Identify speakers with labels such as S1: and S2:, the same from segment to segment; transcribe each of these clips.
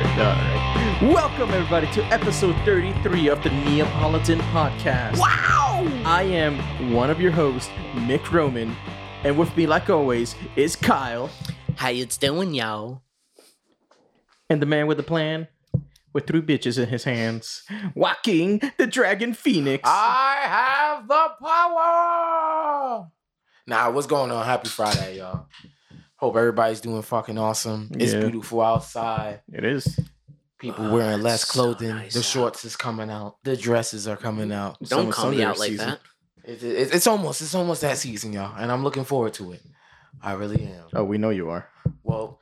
S1: right. Welcome, everybody, to episode 33 of the Neapolitan Podcast.
S2: Wow!
S1: I am one of your hosts, Nick Roman, and with me, like always, is Kyle
S2: How you doing, y'all?
S1: and the man with the plan with three bitches in his hands, Joaquin the Dragon Phoenix.
S3: I have the power. Nah, what's going on? Happy Friday, y'all. Hope everybody's doing fucking awesome. It's
S1: Yeah.
S3: beautiful outside.
S1: It is.
S3: People
S2: Oh,
S3: wearing
S2: it's
S3: less
S2: so
S3: clothing.
S2: nice
S3: the
S2: out.
S3: shorts is coming out. The dresses are coming out.
S1: Summer-
S2: Don't call me
S1: summer
S2: out like
S1: season.
S2: that.
S3: It, it- it's almost it's almost that season, y'all, and I'm looking forward to it. I really am.
S1: Oh, we know you are.
S3: Well,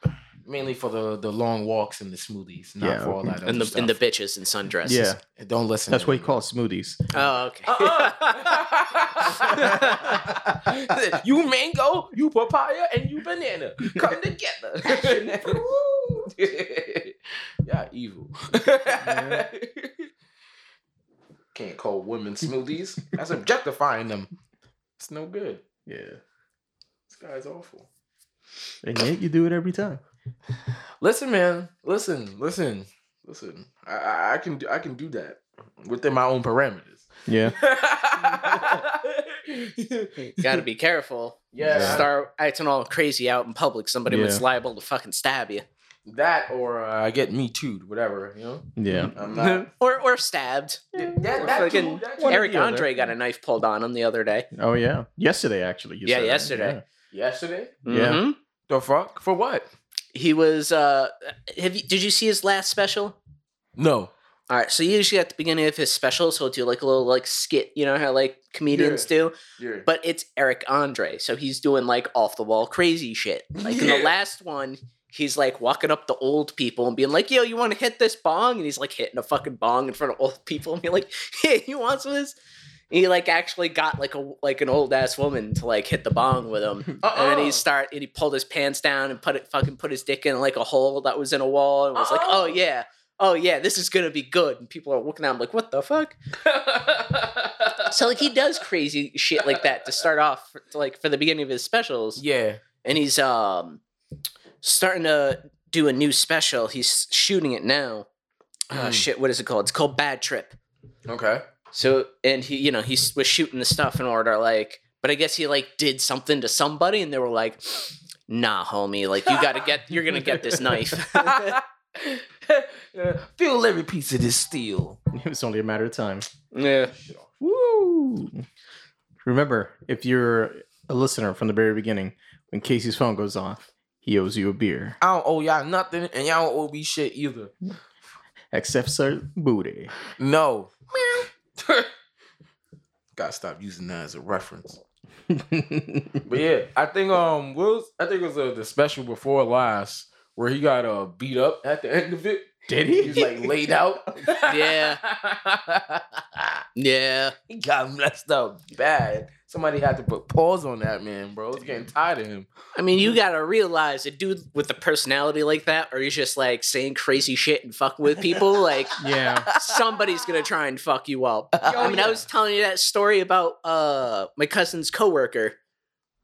S3: mainly for the the long walks and the smoothies, not
S1: Yeah.
S3: for all that other
S2: And the
S3: stuff.
S2: and the bitches in sundresses.
S1: Yeah,
S3: Don't listen.
S1: that's
S3: to
S1: what you
S3: them.
S1: call smoothies.
S2: Oh, okay.
S3: Uh-uh. you mango, you papaya, and you banana. Come together. yeah, evil. Can't call women smoothies. That's objectifying them. It's no good.
S1: Yeah,
S3: This guy's awful.
S1: and yet you do it every time.
S3: Listen, man. Listen, listen, listen. I, I, I can do I can do that within my own parameters.
S1: Yeah,
S2: Gotta be careful.
S1: Yeah.
S2: Start acting all crazy out in public. Somebody
S1: Yeah.
S2: was liable to fucking stab you.
S3: That or uh, I get me too'd, whatever, you know?
S1: yeah.
S3: I'm not.
S2: Or or stabbed. Or
S3: that, that,
S2: fucking
S3: too, that too.
S1: One or
S2: Eric
S1: the other.
S2: Andre got a knife pulled on him the other day.
S1: Oh yeah, yesterday actually. you
S2: Yeah,
S1: said that.
S2: yesterday.
S3: Yesterday?
S1: Yeah.
S2: Mhm.
S3: The fuck? For what?
S2: He was uh have you did you see his last special?
S3: No.
S2: All right, so usually at the beginning of his specials, he'll do like a little like skit, you know how like comedians do,
S3: You're
S2: but it's Eric Andre, so he's doing like off the wall crazy shit. Like in the
S3: Yeah.
S2: last one, he's like walking up to old people and being like, "Yo, you want to hit this bong?" And he's like hitting a fucking bong in front of old people and being like, "Hey, you want some of this?" And he like actually got like a like an old ass woman to like hit the bong with him,
S3: uh,
S2: and
S3: Oh.
S2: then he start and he pulled his pants down and put it fucking put his dick in like a hole that was in a wall and was like,
S3: Uh-uh.
S2: "Oh yeah." Oh yeah, this is gonna be good. And people are looking at him like, what the fuck? So like he does crazy shit like that to start off for, like for the beginning of his specials
S3: yeah.
S2: and he's um starting to do a new special. He's shooting it now. Oh
S3: Mm.
S2: shit, what is it called? It's called Bad Trip.
S3: Okay.
S2: So and he, you know, he s- was shooting the stuff in order like, but I guess he like did something to somebody, and they were like, "Nah, homie, like you gotta get, you're gonna get this knife."
S3: Feel every piece of this steel.
S1: It was only a matter of time.
S2: yeah.
S1: Woo! Remember, if you're a listener from the very beginning, when Casey's phone goes off, he owes you a beer,
S3: I don't owe y'all nothing, and y'all don't owe me shit either.
S1: except Sir Booty.
S3: No. Gotta stop using that as a reference. But yeah, I think um Will's I think it was uh, the special before last where he got uh beat up at the end of it.
S1: Did
S3: He
S1: he?
S3: was like laid out.
S2: Yeah. Yeah,
S3: he got messed up bad. Somebody had to put pause on that man, bro. It's getting tired of him.
S2: I mean, you gotta realize a dude with a personality like that, or he's just like saying crazy shit and fucking with people. Like,
S1: yeah.
S2: somebody's gonna try and fuck you up. I mean, I
S3: yeah.
S2: was telling you that story about uh my cousin's coworker.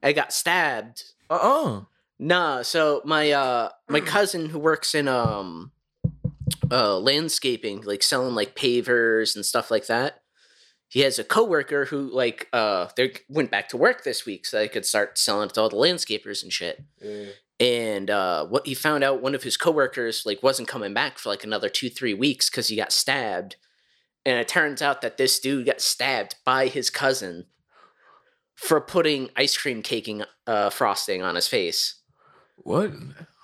S2: I got stabbed.
S3: Uh-uh.
S2: Nah, so my uh my cousin who works in um uh landscaping, like selling like pavers and stuff like that. He has a coworker who like uh they went back to work this week so they could start selling to all the landscapers and shit.
S3: Yeah.
S2: And uh what he found out one of his coworkers like wasn't coming back for like another 2-3 weeks cuz he got stabbed. And it turns out that this dude got stabbed by his cousin for putting ice cream caking uh frosting on his face
S3: What?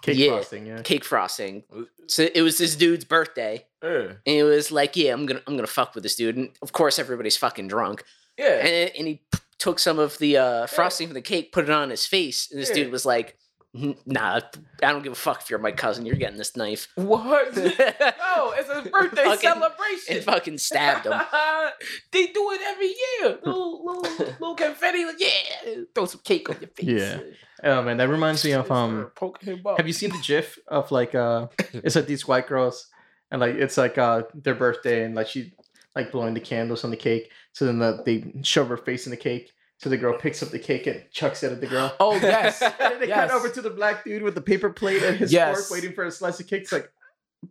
S1: Cake
S2: Yeah.
S1: frosting, yeah.
S2: cake frosting. So it was this dude's birthday,
S3: Yeah.
S2: and it was like, yeah, I'm gonna I'm gonna fuck with this dude. And of course, everybody's fucking drunk,
S3: Yeah.
S2: and, and he p- took some of the uh, frosting from the cake, put it on his face, and this
S3: Yeah.
S2: dude was like, "N- Nah, I don't give a fuck if you're my cousin. You're getting this knife,
S3: What? no,
S2: and
S3: it's a birthday
S2: Fucking-
S3: celebration.
S2: fucking stabbed him.
S3: they do it every year. Little, little, little confetti. Yeah. Throw some cake on your face.
S1: Yeah. Oh man, that reminds me of um
S3: poking him up.
S1: have you seen the gif of like uh it's like these white girls and like it's like uh their birthday and like she like blowing the candles on the cake so then the, they shove her face in the cake so the girl picks up the cake and chucks it at the girl
S3: Oh yes.
S1: and then they
S3: yes.
S1: cut over to the black dude with the paper plate and his
S3: Yes.
S1: fork waiting for a slice of cake it's like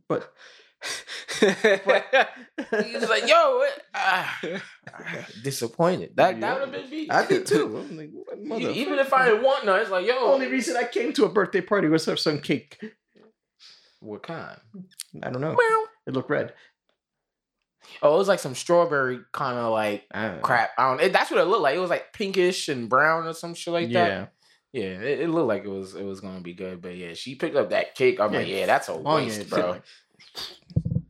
S1: But
S3: He's like, yo, what? Ah, disappointed. That
S1: Yeah.
S3: that would have been me.
S1: I did too. I'm like, what mother-
S3: E- Even if I didn't want none, it's like, yo,
S1: only reason I came to a birthday party was to have some cake.
S3: what kind?
S1: I don't know.
S3: Well,
S1: It looked red.
S3: oh, it was like some strawberry kind of like crap. I don't. It, that's what it looked like. It was like pinkish and brown or some shit like that.
S1: yeah.
S3: Yeah, it, it looked like it was it was gonna be good, but yeah, she picked up that cake. I'm like,
S1: Yeah.
S3: yeah, that's a
S1: Oh, yeah,
S3: waste,
S1: it's
S3: bro.
S1: like-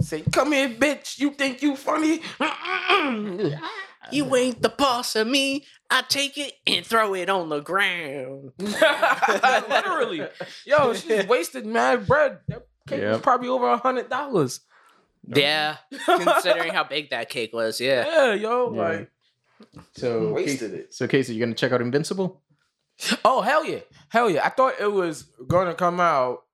S3: Say, come here, bitch. You think you funny?
S2: you ain't the boss of me. I take it and throw it on the ground.
S3: Literally, yo, she wasted mad bread. That cake was
S1: Yep.
S3: probably over a hundred dollars.
S2: Yeah, considering how big that cake was, yeah.
S3: yeah, yo,
S1: Yeah.
S3: like
S1: So
S3: wasted it.
S1: So Casey, you gonna check out Invincible?
S3: Oh hell yeah, hell yeah! I thought it was gonna come out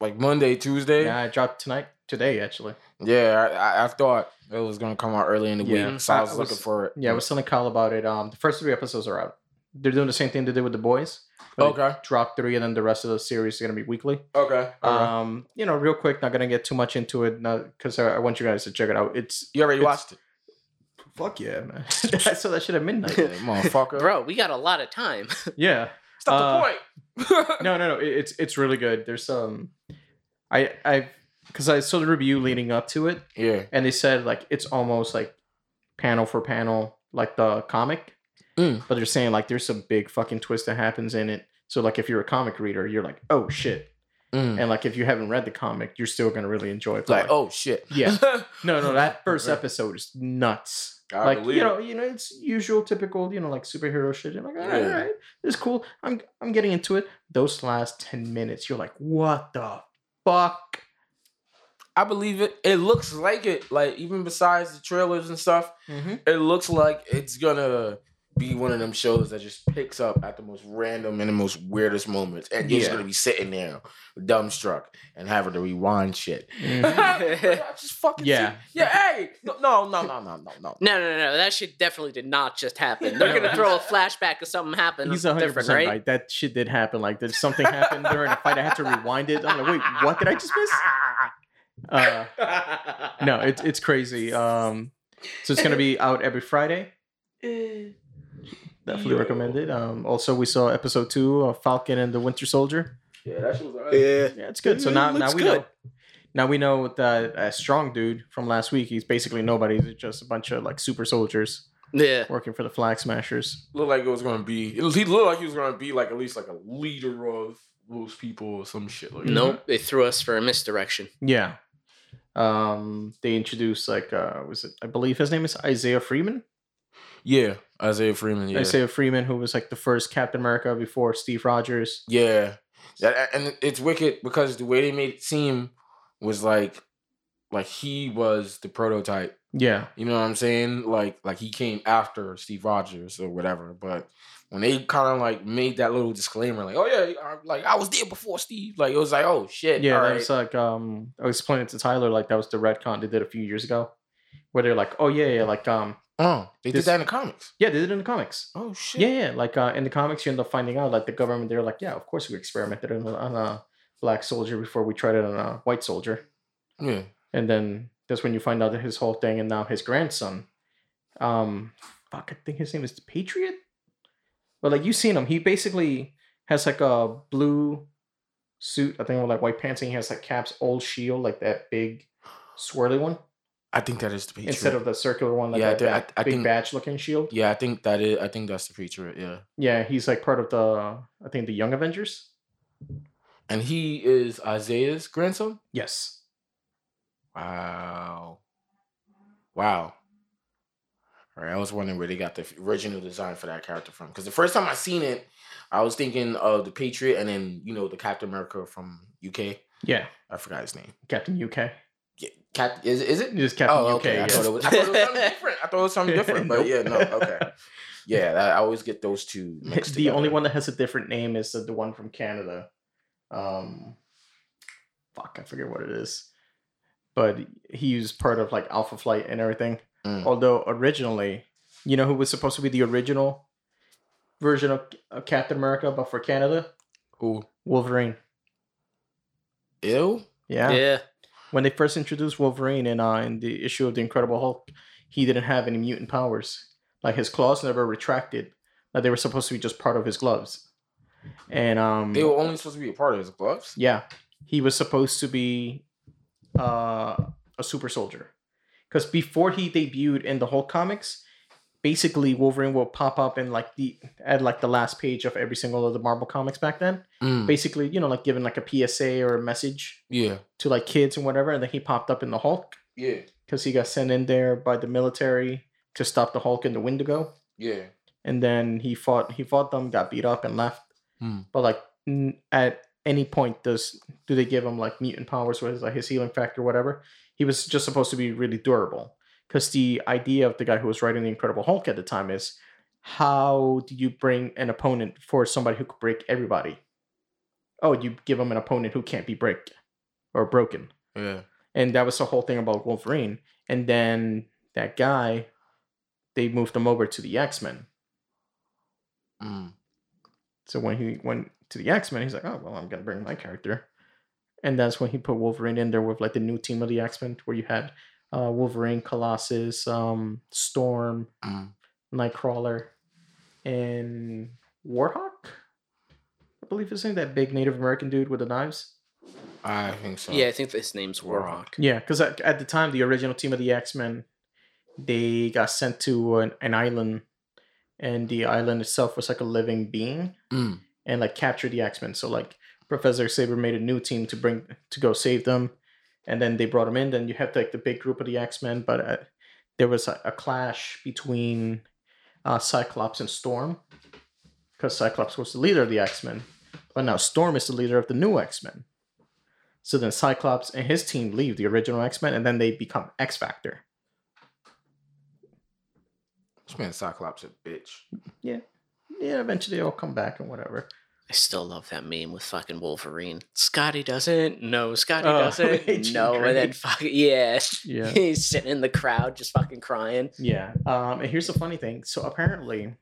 S3: like Monday, Tuesday.
S1: Yeah, I dropped tonight today actually.
S3: Yeah, I, I, I thought it was gonna come out early in the
S1: Yeah.
S3: week, so I
S1: I-
S3: was,
S1: I was-
S3: looking for it.
S1: Yeah, I was telling Kyle about it. Um, the first three episodes are out. They're doing the same thing they did with the boys. where they
S3: okay,
S1: Drop three, and then the rest of the series is gonna be weekly.
S3: okay, okay.
S1: Um, you know, real quick, not gonna get too much into it, because I, I want you guys to check it out. It's
S3: you already
S1: it's-
S3: watched it,
S1: fuck yeah, man. I saw that shit at midnight.
S3: Yeah, motherfucker.
S2: Bro, we got a lot of time.
S1: yeah.
S3: Stop the point.
S1: no, no, no. It, it's it's really good. There's some, I I because I saw the review leading up to it,
S3: yeah.
S1: and they said like it's almost like panel for panel like the comic,
S3: Mm.
S1: but they're saying like there's some big fucking twist that happens in it. So like if you're a comic reader, you're like oh shit,
S3: Mm.
S1: and like if you haven't read the comic, you're still gonna really enjoy it.
S3: It's like, oh shit.
S1: Yeah. no, no, that first episode is nuts.
S3: I
S1: like
S3: believe
S1: you know, you know, it's usual, typical, you know, like superhero shit. You're like, all right,
S3: Yeah.
S1: all right, it's cool. I'm I'm getting into it. Those last ten minutes, you're like, what the fuck?
S3: I believe it. It looks like it. Like even besides the trailers and stuff, it looks like it's gonna be one of them shows that just picks up at the most random and the most weirdest moments, and you're just
S1: Yeah.
S3: gonna be sitting there dumbstruck and having to rewind shit.
S1: Mhm.
S3: I just fucking see-
S1: Yeah.
S3: yeah. Hey, no, no, no, no, no, no, no.
S2: No, no, no, that shit definitely did not just happen. They're gonna throw a flashback of something happened.
S1: He's
S2: He's
S1: 100
S2: different,
S1: percent
S2: right?
S1: right? That shit did happen. Like, did something happen during a fight? I had to rewind it. I'm like, wait, what did I just miss? Uh, no, it's it's crazy. Um, so it's gonna be out every Friday. Definitely
S3: Yo.
S1: recommended. Um, also, we saw episode two of Falcon and the Winter Soldier.
S3: Yeah, that shit was alright.
S2: Yeah.
S1: Yeah, it's good. So
S3: It
S2: Mm,
S1: now, now
S3: looks
S1: we
S3: good.
S1: know. Now we know that uh, strong dude from last week. He's basically nobody. He's just a bunch of like super soldiers
S2: Yeah.
S1: working for the Flag Smashers.
S3: Looked like it was gonna be. He looked like he was gonna be like at least like a leader of those people or some shit like. that.
S2: Nope, they threw us for a misdirection.
S1: Yeah. Um, they introduced like uh, was it? I believe his name is Isaiah Freeman.
S3: Yeah, Isaiah Freeman. Yeah.
S1: Isaiah Freeman, who was like the first Captain America before Steve Rogers.
S3: Yeah, That- and it's wicked because the way they made it seem was like, like he was the prototype.
S1: Yeah.
S3: You know what I'm saying? Like, like he came after Steve Rogers or whatever. But when they kind of like made that little disclaimer, like, oh yeah, I, like I was there before Steve. Like it was like, oh shit.
S1: Yeah,
S3: all
S1: that
S3: right.
S1: was like um I was explaining to Tyler like that was the retcon they did a few years ago. Where they're like, Oh yeah, yeah, like um
S3: oh, they
S1: this-
S3: did that in the comics.
S1: yeah, they did it in the comics.
S3: Oh shit.
S1: Yeah, yeah. Like uh, in the comics, you end up finding out like the government. They're like, yeah, of course we experimented on, a- on a black soldier before we tried it on a white soldier,
S3: Yeah.
S1: and then that's when you find out that his whole thing. And now his grandson, um, fuck, I think his name is the Patriot. But like you've seen him, he basically has like a blue suit. I think with like white pants, and he has like Cap's old shield, like that big swirly one,
S3: I think that is the Patriot.
S1: instead of the circular one, like
S3: Yeah, I
S1: that,
S3: thi- I-
S1: that
S3: I
S1: big
S3: think-
S1: badge looking shield.
S3: yeah, I think that is. I think that's the Patriot. Yeah,
S1: Yeah, he's like part of the, I think the Young Avengers.
S3: and he is Isaiah's grandson.
S1: Yes.
S3: Wow. Wow. All right, I was wondering where they got the f- original design for that character from. Because the first time I seen it, I was thinking of the Patriot and then, you know, the Captain America from UK.
S1: Yeah,
S3: I forgot his name.
S1: Captain UK.
S3: Yeah, Cap, is, is it?
S1: It is Captain
S3: Oh,
S1: UK.
S3: okay. I,
S1: yes.
S3: thought it was, I thought it was something different. I thought it was something different. But
S1: Nope.
S3: yeah, no, okay. Yeah, I, I always get those two mixed
S1: the only
S3: together.
S1: one that has a different name is the, the one from Canada. Um, fuck, I forget what it is. But he was part of like Alpha Flight and everything.
S3: Mm.
S1: Although originally, you know who was supposed to be the original version of, of Captain America, but for Canada,
S3: Who?
S1: Wolverine.
S3: Ill?
S1: Yeah. When they first introduced Wolverine in uh, in the issue of the Incredible Hulk, he didn't have any mutant powers. Like his claws never retracted. Like they were supposed to be just part of his gloves. And um
S3: They were only supposed to be a part of his gloves.
S1: Yeah, he was supposed to be uh, a super soldier because before he debuted in the Hulk comics, basically Wolverine will pop up in like the at like the last page of every single of the Marvel comics back then. Basically, you know, like giving like a PSA or a message
S3: Yeah.
S1: to like kids and whatever, and then he popped up in the Hulk
S3: Yeah.
S1: because he got sent in there by the military to stop the Hulk in the Wendigo
S3: Yeah.
S1: and then he fought he fought them got beat up and left
S3: Hmm.
S1: but like n- at any point does do they give him like mutant powers or his like his healing factor whatever he was just supposed to be really durable because the idea of the guy who was writing the incredible hulk at the time is how do you bring an opponent for somebody who could break everybody oh you give him an opponent who can't be break or broken
S3: Yeah.
S1: and that was the whole thing about Wolverine. And then that guy, they moved him over to the X Men.
S3: Mm.
S1: So when he went to the X Men, he's like, "Oh well, I'm gonna bring my character," and that's when he put Wolverine in there with like the new team of the X Men, where you had uh, Wolverine, Colossus, um, Storm,
S3: Mm.
S1: Nightcrawler, and Warhawk. I believe his name, that big Native American dude with the knives.
S3: I think so.
S2: Yeah, I think his name's Warhawk.
S1: Yeah, because at, at the time, the original team of the X Men, they got sent to an, an island, and the island itself was like a living being,
S3: Mm.
S1: and like captured the X Men. So like Professor Saber made a new team to bring to go save them, and then they brought them in. Then you have like the big group of the X Men, but uh, there was a, a clash between uh, Cyclops and Storm, because Cyclops was the leader of the X Men, but now Storm is the leader of the new X Men. So then Cyclops and his team leave the original X Men, and then they become X Factor.
S3: This man Cyclops a bitch.
S1: Yeah, eventually they'll come back and whatever.
S2: I still love that meme with fucking Wolverine. Scotty doesn't. No, Scotty
S1: Oh,
S2: doesn't.
S1: Jean
S2: No,
S1: Grey.
S2: and then fucking yeah.
S1: Yeah.
S2: He's sitting in the crowd just fucking crying.
S1: Yeah. Um, and here's the funny thing. So apparently,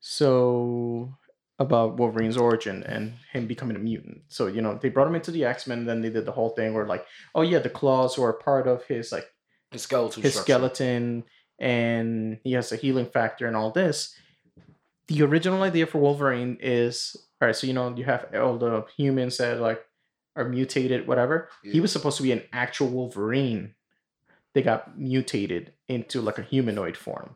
S1: so about Wolverine's origin and him becoming a mutant. So you know they brought him into the X Men, then they did the whole thing where like, oh yeah, the claws were a part of his like
S3: His skeletal
S1: his
S3: structure.
S1: skeleton, and he has a healing factor and all this. The original idea for Wolverine is all right. So you know you have all the humans that like are mutated, whatever. He
S3: Yeah.
S1: was supposed to be an actual Wolverine. They got mutated into like a humanoid form,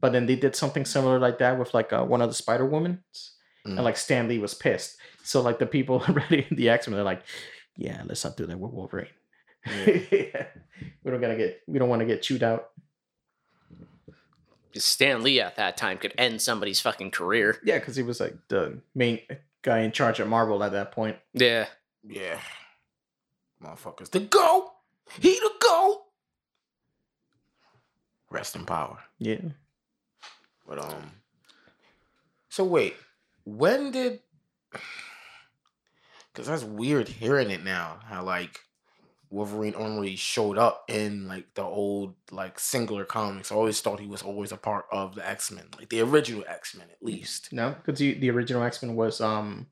S1: but then they did something similar like that with like uh, one of the Spider Womans,
S3: Mm.
S1: and like Stan Lee was pissed. So like the people already in the X Men, they're like, yeah, let's not do that with Wolverine.
S3: Yeah.
S1: We don't gotta get we don't want to get chewed out.
S2: 'Cause Stan Lee at that time could end somebody's fucking career.
S1: Yeah, because he was like the main guy in charge at Marvel at that point.
S2: Yeah.
S3: Yeah. Motherfuckers. The GOAT! He the GOAT! Rest in power.
S1: Yeah.
S3: But um So wait, when did cause that's weird hearing it now, how like Wolverine only showed up in like the old like singular comics. I always thought he was always a part of the X-Men, like the original X-Men at least.
S1: No, because the, the original X Men was um,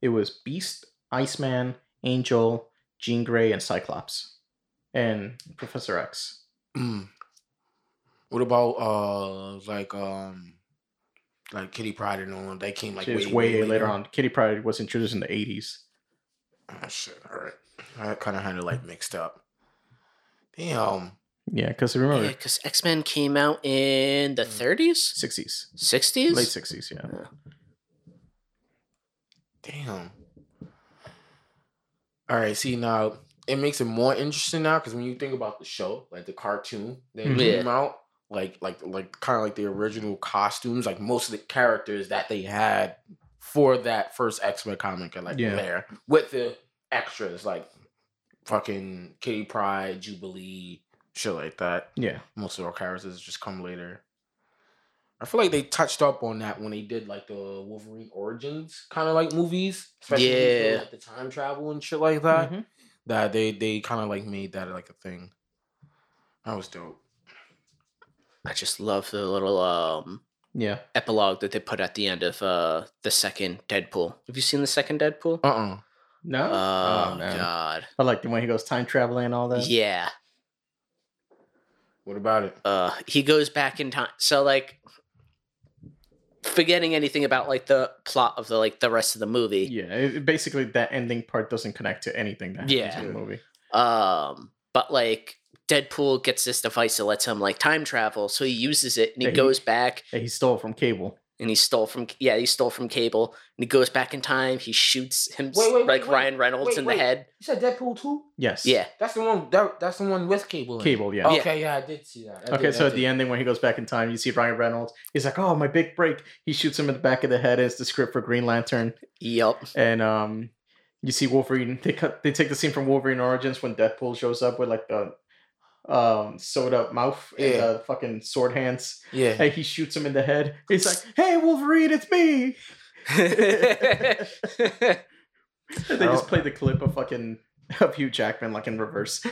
S1: it was Beast, Iceman, Angel, Jean Grey, and Cyclops, and Professor X.
S3: Mm. What about uh like um like Kitty Pride and all that came like
S1: Which is way, later on. Kitty Pryde was introduced in the eighties.
S3: Oh, shit, all right. I kind of had it like mixed up. Damn.
S1: Yeah, because remember
S2: Because X Men came out in the
S3: Mm.
S2: 30s,
S1: sixties,
S2: 60s.
S1: late sixties. Yeah.
S3: Damn. All right. See now, it makes it more interesting now because when you think about the show, like the cartoon that
S1: Mhm.
S3: came out, like like like kind of like the original costumes, like most of the characters that they had for that first X Men comic are like
S1: Yeah.
S3: there with the extras, like fucking Kitty Pride, Jubilee, shit like that.
S1: Yeah.
S3: most of our characters just come later. I feel like they touched up on that when they did like the Wolverine origins kind of like movies, especially when they did,
S2: Yeah.
S3: like the time travel and shit like that.
S1: Mhm.
S3: That they they kind of like made that like a thing. That was dope.
S2: I just love the little um
S1: Yeah.
S2: epilogue that they put at the end of uh the second Deadpool. Have you seen the second Deadpool?
S3: Uh uh
S1: No.
S2: Oh,
S1: man.
S2: God.
S1: I like the one he goes time traveling and all that.
S2: Yeah.
S3: What about it?
S2: uh he goes back in time so like forgetting anything about like the plot of the like the rest of the movie
S1: Yeah, it, it- basically that ending part doesn't connect to anything that happens
S2: Yeah.
S1: in the movie.
S2: um but like deadpool gets this device that lets him like time travel so he uses it and he
S1: Yeah, he-
S2: goes back
S1: Yeah, he stole it from Cable.
S2: and he stole from yeah he stole from cable and he goes back in time he shoots him
S3: Wait, wait,
S2: like
S3: wait, wait,
S2: ryan reynolds
S3: wait,
S2: in
S3: wait.
S2: the head
S3: You said Deadpool two.
S1: Yes.
S2: yeah
S3: That's the one. That, that's the one with cable. in it.
S1: Cable. Yeah.
S3: Okay, yeah, I did see that. Oh, I
S1: okay,
S3: did,
S1: so
S3: I
S1: at the
S3: did.
S1: ending when he goes back in time, you see Ryan Reynolds. He's like, "Oh, my big break!" He shoots him in the back of the head as the script for Green Lantern,
S2: yep
S1: and um, you see Wolverine. They cut. They take the scene from Wolverine Origins when Deadpool shows up with like the um sewed up mouth and
S3: Yeah.
S1: the fucking sword hands,
S3: yeah,
S1: and he shoots him in the head. It's like, "Hey, Wolverine, it's me!" And they just
S3: Oh.
S1: play the clip of fucking of Hugh Jackman like in reverse.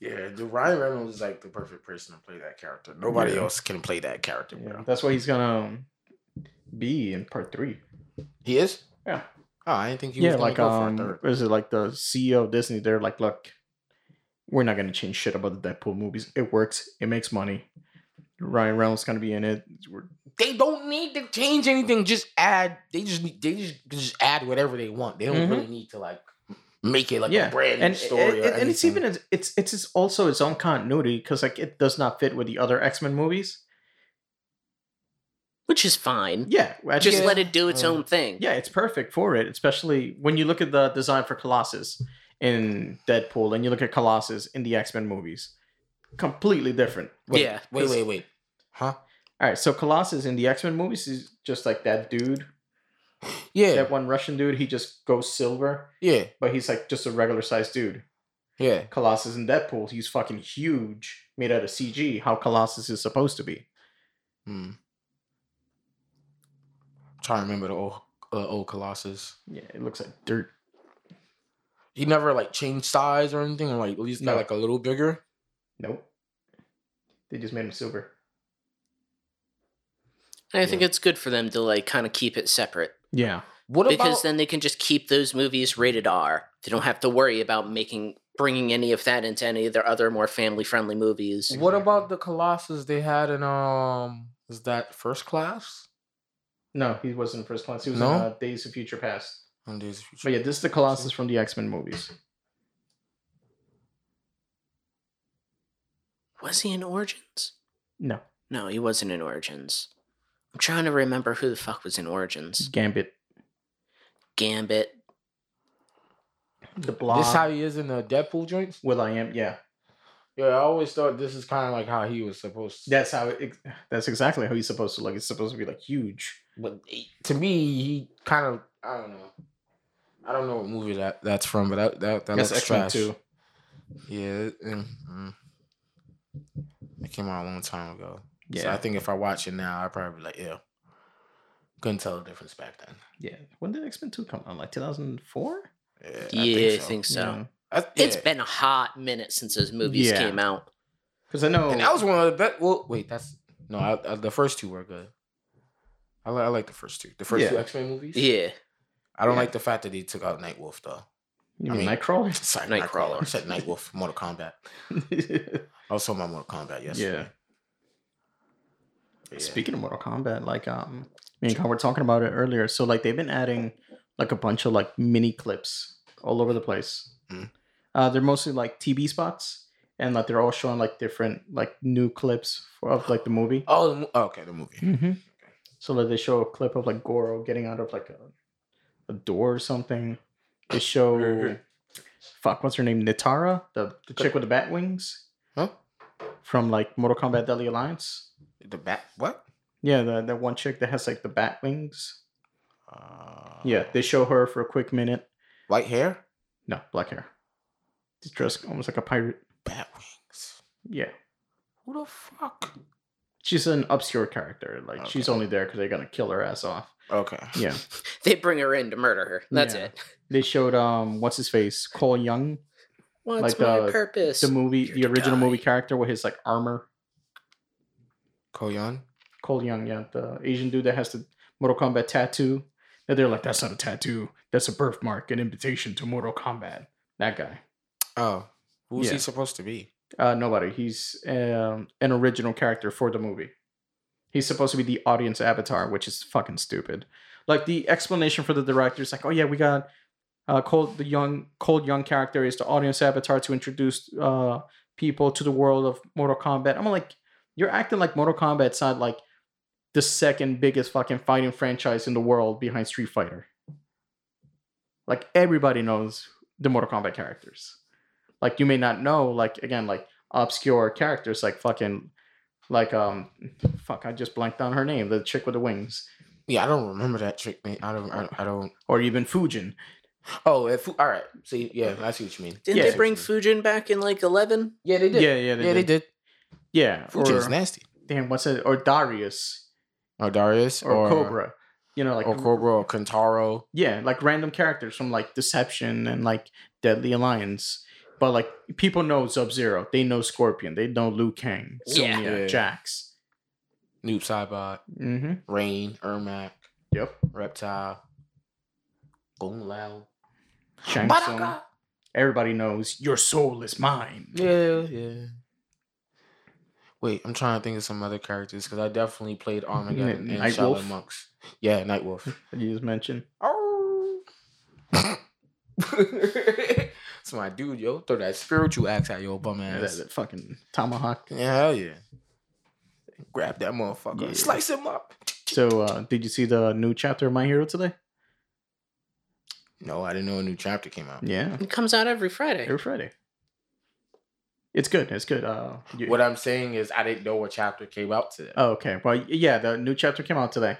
S3: yeah. The Ryan Reynolds is like the perfect person to play that character. Nobody
S1: Yeah.
S3: else can play that character, bro.
S1: That's what he's gonna um, be in part three.
S3: He is.
S1: Yeah.
S3: Oh, I didn't think he
S1: yeah,
S3: was gonna
S1: like
S3: go
S1: um,
S3: for a third.
S1: what is it like the CEO of Disney? They're like, look, we're not gonna change shit about the Deadpool movies. It works. It makes money. Ryan Reynolds gonna be in it. We're-
S3: They don't need to change anything. Just add. They just need. They just just add whatever they want. They don't
S1: Mhm.
S3: really need to like make it like
S1: Yeah,
S3: a brand new
S1: and
S3: story.
S1: and,
S3: or
S1: and it's
S3: anything.
S1: even it's it's it's also its own continuity because like it does not fit with the other X Men movies.
S2: which is fine
S1: Yeah, actually,
S2: just
S1: it's-
S2: let it do its
S3: Um,
S2: own thing
S1: Yeah, it's perfect for it, especially when you look at the design for Colossus in Deadpool and you look at Colossus in the X Men movies. Completely different.
S3: Wait,
S2: Yeah,
S3: Wait, wait, wait. Huh?
S1: All right, so Colossus in the X Men movies is just like that dude,
S3: Yeah.
S1: that one Russian dude. He just goes silver,
S3: yeah.
S1: but he's like just a regular sized dude.
S3: Yeah.
S1: Colossus in Deadpool, he's fucking huge, made out of CG. How Colossus is supposed to be?
S3: Hmm. Trying to remember the old uh, old Colossus.
S1: Yeah, it looks like dirt.
S3: He never like changed size or anything, or like at least got
S1: No.
S3: like a little bigger.
S1: Nope, they just made him silver.
S2: i think it's good for them to like kind of keep it separate
S1: Yeah,
S3: What
S2: because
S3: about
S2: then they can just keep those movies rated R. They don't have to worry about making bringing any of that into any of their other more family friendly movies.
S3: what
S1: Exactly.
S3: about the Colossus they had in um is that first class?
S1: no, he wasn't first class. He was
S3: No?
S1: in uh, Days of Future Past.
S3: On Days of Future.
S1: But yeah, this is the Colossus from the X Men movies.
S2: Was he in Origins?
S1: No,
S2: No, he wasn't in Origins. I'm trying to remember who the fuck was in Origins.
S1: Gambit,
S2: Gambit.
S1: the blob.
S3: This how he is in the Deadpool joints.
S1: Will I am? Yeah,
S3: Yeah, I always thought this is kind of like how he was supposed to.
S1: that's how. It, that's exactly how he's supposed to look. It's supposed to be like huge.
S3: But he- to me, he kind of I don't know. I don't know what movie that that's from, but that that, that
S1: that's
S3: looks
S1: X Men
S3: trash.
S1: Two.
S3: Yeah, it, mm, mm. it came out a long time ago. Yeah, so
S1: Yeah,
S3: I think if I watch it now, I'd probably be like, yeah, couldn't tell the difference back then.
S1: yeah. When did X Men Two come out? Like two thousand four.
S3: Yeah,
S2: yeah, I think so.
S3: I,
S2: It's
S3: yeah.
S2: been a hot minute since those movies
S1: Yeah.
S2: came out.
S1: Because I know
S3: And that was one of the best. Well, wait, that's no. I, I, the first two were good. I, li- I like the first two. The first two
S1: Yeah.
S3: X Men movies.
S2: Yeah.
S3: I don't
S1: Yeah.
S3: like the fact that he took out Nightwolf though.
S1: you
S3: I
S1: mean,
S3: mean-
S1: Nightcrawler.
S3: Sorry,
S2: Nightcrawler.
S3: Nightcrawler. I said Nightwolf. Mortal Kombat. I was talking about Mortal Kombat yesterday.
S1: yeah.
S3: But yeah.
S1: Speaking of Mortal Kombat, like um, me and Con were talking about it earlier. So like they've been adding like a bunch of like mini clips all over the place.
S3: Mm.
S1: Uh, they're mostly like TV spots, and like they're all showing like different like new clips for, of like the movie.
S3: Oh, the mo- oh, okay, the movie.
S1: Mm-hmm. So like they show a clip of like Goro getting out of like a, a door or something. They show
S3: Mhm.
S1: fuck, what's her name? Nitara, the, the chick with the bat wings
S3: Huh?
S1: from like Mortal Kombat Deadly Alliance.
S3: The bat? What?
S1: Yeah, the, that one chick that has like the bat wings.
S3: Uh,
S1: Yeah, they show her for a quick minute.
S3: white hair.
S1: No, black hair. She's dressed almost like a pirate.
S3: Bat wings.
S1: Yeah.
S3: Who the fuck?
S1: She's an obscure character. Like she's
S3: Okay.
S1: only there because they're gonna kill her ass off.
S3: Okay.
S1: Yeah.
S2: They bring her in to murder her. That's
S1: Yeah.
S2: it.
S1: they showed um what's his face? Cole Young.
S2: What's
S1: Like
S2: my
S1: the-
S2: purpose?
S1: the movie,
S2: You're
S1: the
S2: the
S1: original
S2: guy.
S1: movie character with his like armor.
S3: Koyan.
S1: Cole Young, yeah, the Asian dude that has the Mortal Kombat tattoo. that they're like, that's not a tattoo. That's a birthmark, an invitation to Mortal Kombat. That guy.
S3: Oh, who's
S1: Yeah.
S3: he supposed to be?
S1: Uh, nobody. He's um, an original character for the movie. He's supposed to be the audience avatar, which is fucking stupid. Like the explanation for the director is like, oh yeah, we got uh, cold the young cold young character is the audience avatar to introduce uh, people to the world of Mortal Kombat. I'm like, you're acting like Mortal Kombat's not like the second biggest fucking fighting franchise in the world behind Street Fighter. Like everybody knows the Mortal Kombat characters like you may not know like again like obscure characters like fucking like um fuck I just blanked on her name the chick with the wings
S3: Yeah, I don't remember that trick name. I don't. I don't. I don't.
S1: or even Fujin
S3: Oh, if, all right. See, yeah, I see what you mean.
S2: Didn't
S1: Yeah.
S2: they bring Fujin back in like eleven?
S3: Yeah, they did.
S1: yeah yeah they
S3: yeah,
S1: did.
S3: they did.
S1: yeah
S3: Fujin's
S1: or
S3: nasty.
S1: damn what's it or Darius
S3: Or Darius,
S1: or, Cobra you know like
S3: or Cobra, or Kentaro.
S1: yeah like random characters from like Deception and like Deadly Alliance but like people know Sub Zero they know Scorpion they know Liu Kang
S2: Yeah.
S1: Sonya
S3: Yeah.
S1: Jax
S3: Noob Saibot,
S1: mm-hmm
S3: Rain, Ermac,
S1: yep
S3: Reptile, Gung Lao,
S1: Shang Tsung
S3: Baraka.
S1: everybody knows your soul is mine
S3: Yeah, yeah. Wait, I'm trying to think of some other characters because I definitely played Armageddon and
S1: Mm-hmm. Night
S3: Shaolin
S1: Wolf?
S3: Monks. Yeah, Nightwolf.
S1: that you just mentioned
S3: Oh. It's my dude, yo. Throw that spiritual axe at your bum
S1: Yeah,
S3: ass.
S1: that, that fucking tomahawk.
S3: Yeah, hell yeah. Grab that motherfucker.
S1: Yeah.
S3: Slice him up.
S1: So, uh, did you see the new chapter of My Hero today?
S3: No, I didn't know a new chapter came out.
S1: Yeah,
S2: It comes out every Friday.
S1: every Friday. It's good. It's good. Uh, you-
S3: What I'm saying is I didn't know what chapter came out today.
S1: oh, okay. Well, yeah, the new chapter came out today.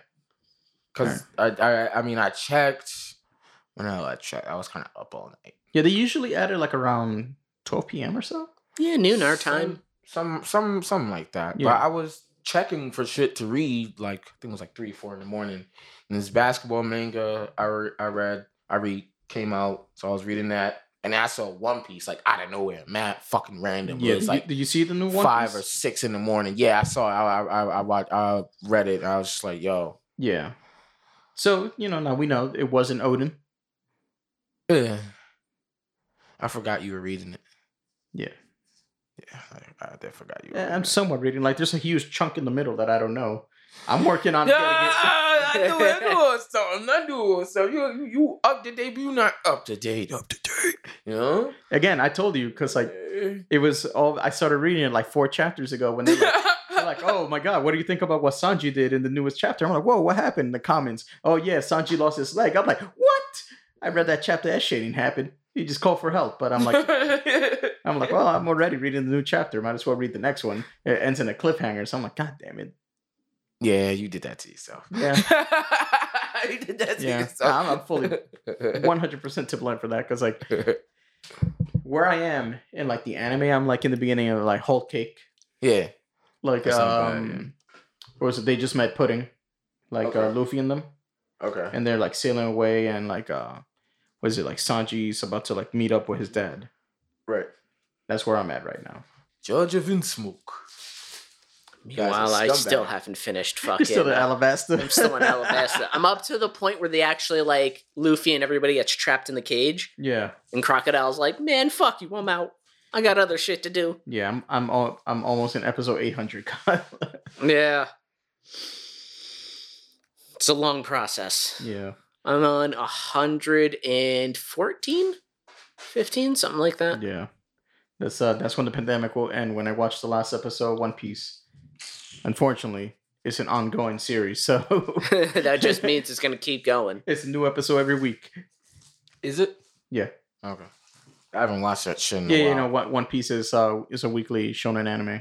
S3: Because I, I I mean I checked. When I checked, I was kind of up all night.
S1: Yeah, they usually add it like around 12 p.m. or so.
S2: Yeah, noon our time.
S3: Some some something like that.
S1: Yeah.
S3: But I was checking for shit to read. Like I think it was like three four in the morning. And this basketball manga I re- I read I read came out, so I was reading that, and I saw One Piece like out of nowhere, mad fucking random. Yeah,
S1: Yeah,
S3: it was
S1: did,
S3: like
S1: you, did you see the new one?
S3: five or
S1: Piece?
S3: six in the morning. Yeah, I saw. It. I I I, I watched. I read it. And I was just like, yo.
S1: Yeah. So you know, now we know it wasn't Odin.
S3: eh. I forgot you were reading it.
S1: Yeah.
S3: Yeah, I, I, I forgot you. Were
S1: Eh,
S3: reading
S1: I'm
S3: it.
S1: somewhat reading. Like, there's a huge chunk in the middle that I don't know. I'm working on.
S3: Yeah,
S1: getting it.
S3: I knew it. I knew it was something. I knew it was something. You, you, you up to date, but you not up to date. Up to date. You know?
S1: Again, I told you because like it was all I started reading it like four chapters ago when they like, They're like, oh my god, what do you think about what Sanji did in the newest chapter? I'm like, whoa, what happened in the comments? Oh yeah, Sanji lost his leg. I'm like, what? I read that chapter. That shit didn't happen. He just called for help. But I'm like, I'm like, well, I'm already reading the new chapter. Might as well read the next one. It ends in a cliffhanger. So I'm like, god damn it.
S3: yeah, you did that to yourself.
S1: Yeah,
S3: you did that to
S1: Yeah.
S3: yourself.
S1: Nah, I'm- I'm fully- 100% to blame for that because like where I am in like the anime, I'm like in the beginning of like Whole Cake,
S3: yeah.
S1: like
S3: That sounds bad,
S1: um, or was it they just met Pudding, like uh,
S3: Okay.
S1: Luffy and them.
S3: Okay.
S1: and they're like sailing away and like uh what is it like sanji's about to like meet up with his dad
S3: right.
S1: that's where i'm at right now
S3: Judge of Innsmouth.
S2: Meanwhile, I still
S3: scumbag.
S2: haven't finished
S1: you're
S2: fucking.
S1: still in
S2: uh,
S1: alabasta
S2: I'm still in Alabasta. I'm up to the point where they actually like Luffy and everybody gets trapped in the cage,
S1: yeah
S2: and Crocodile's like, "Man, fuck you, I'm out. I got other shit to do."
S1: yeah i'm i'm all, i'm almost in episode 800 Kyle.
S2: Yeah, it's a long process.
S1: yeah
S2: I'm on 114, 15, something like that.
S1: yeah that's uh that's when the pandemic will end when i watch the last episode one piece unfortunately it's an ongoing series so
S2: that just means it's gonna keep going.
S1: it's a new episode every week
S3: Is it?
S1: Yeah.
S3: Okay. I haven't watched that shit in
S1: yeah
S3: a while.
S1: you know what one piece is uh is a weekly shonen anime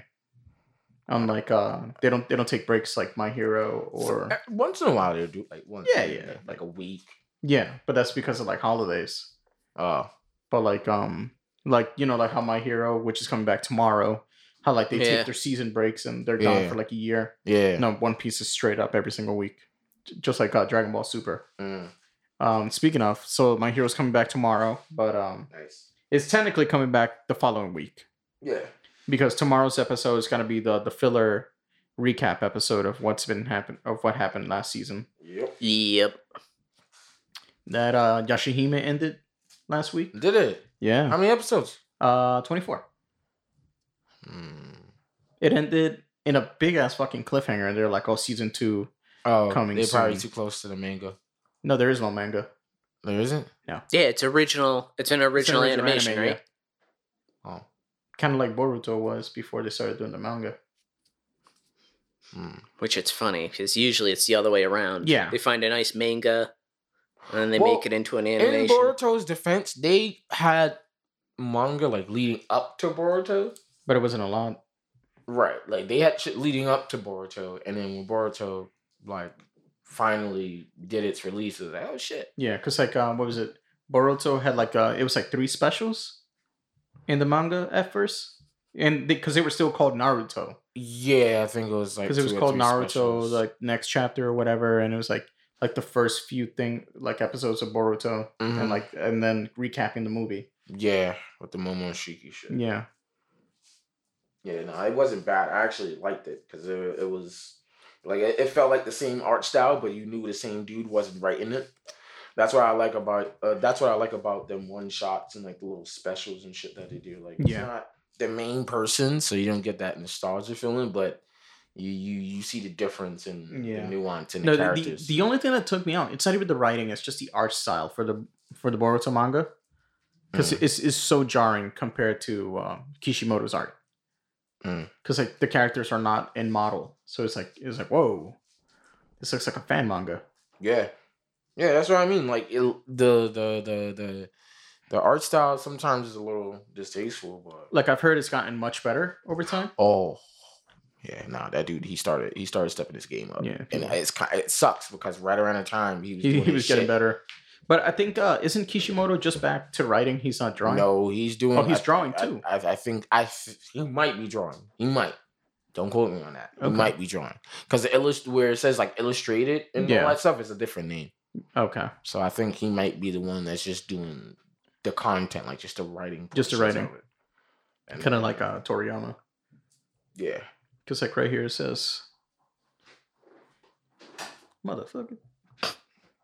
S1: unlike uh they don't they don't take breaks like my hero or
S3: So, eh, once in a while they do like once.
S1: Yeah,
S3: a
S1: yeah.
S3: day, Like a week.
S1: Yeah, but that's because of like holidays.
S3: Oh.
S1: But like um like you know like how My Hero, which is coming back tomorrow, how like they
S2: Yeah.
S1: take their season breaks and they're gone
S3: Yeah.
S1: for like a year.
S3: Yeah.
S1: No, One Piece is straight up every single week, J- just like uh, Dragon Ball Super.
S3: Mm,
S1: Um, speaking of, so My Hero's coming back tomorrow, but um,
S3: nice.
S1: it's technically coming back the following week
S3: Yeah.
S1: because tomorrow's episode is gonna be the the filler recap episode of what's been happened of what happened last season.
S3: Yep.
S2: Yep.
S1: that uh Yashihime ended last week.
S3: Did it?
S1: Yeah.
S3: How many episodes?
S1: Uh 24. It ended in a big ass fucking cliffhanger. They're like, "Oh, season 2.
S3: Oh,
S1: Coming
S3: they're probably
S1: soon.
S3: too close to the manga.
S1: No, there is no manga.
S3: There isn't.
S2: Yeah, it's original. It's an
S1: It's an
S2: original animation,
S1: anime,
S2: right?
S1: yeah.
S3: Oh,
S1: Kind of like Boruto was before they started doing the manga.
S3: hmm.
S2: Which it's funny because usually it's the other way around.
S1: Yeah.
S2: they find a nice manga, and then they
S3: Well,
S2: make it into an
S3: in
S2: animation.
S3: Boruto's defense, they had manga like leading up to Boruto.
S1: But it wasn't a lot.
S3: Right. Like they had shit leading up to Boruto, and then when Boruto like finally did its release, it was like, oh shit.
S1: Yeah, because like um, what was it? Boruto had like uh, it was like three specials in the manga at first, and because they, were still called Naruto,
S3: Yeah, I think it was like
S1: because it was
S3: two or
S1: called
S3: three
S1: Naruto
S3: specials.
S1: like next chapter or whatever, and it was like like the first few thing like episodes of Boruto,
S3: Mhm.
S1: and like and then recapping the movie.
S3: yeah, with the Momoshiki shit.
S1: Yeah,
S3: Yeah, no, it wasn't bad. I actually liked it because it, it was like it, it felt like the same art style, but you knew the same dude wasn't writing it. That's what I like about uh, that's what I like about them one shots and like the little specials and shit that they do. Like it's
S1: Yeah.
S3: not the main person, so you don't get that nostalgia feeling, but you you, you see the difference and
S1: Yeah.
S3: the nuance in the
S1: no, the, the
S3: characters.
S1: the only thing that took me out, it's not even the writing, it's just the art style for the for the Boruto manga, because
S3: Mm.
S1: it's, it's so jarring compared to um, Kishimoto's art.
S3: Mm.
S1: Because like the characters are not in model, so it's like it's like whoa, this looks like a fan manga.
S3: Yeah, yeah, that's what I mean. Like it, the the the the the art style sometimes is a little distasteful, but
S1: Like I've heard it's gotten much better over time.
S3: Oh, yeah. Nah, that dude. He started. He started stepping his game up.
S1: Yeah.
S3: and it's ki- it sucks because right around the time he was
S1: He,
S3: doing
S1: he
S3: his
S1: was getting
S3: shit.
S1: better, but I think uh isn't Kishimoto just back to writing? He's not drawing.
S3: No, he's doing.
S1: Oh, he's
S3: I-
S1: drawing,
S3: I-
S1: too.
S3: I, I think I th- he might be drawing. He might. Don't quote me on that. He
S1: Okay.
S3: might be drawing because the illust where it says like illustrated and
S1: Yeah.
S3: all that stuff is a different name.
S1: Okay.
S3: So I think he might be the one that's just doing the content, like just the writing.
S1: Just the
S3: portions
S1: writing.
S3: of it. And
S1: Kind of
S3: then-
S1: like uh Toriyama,
S3: yeah.
S1: because like right here it says, motherfucker.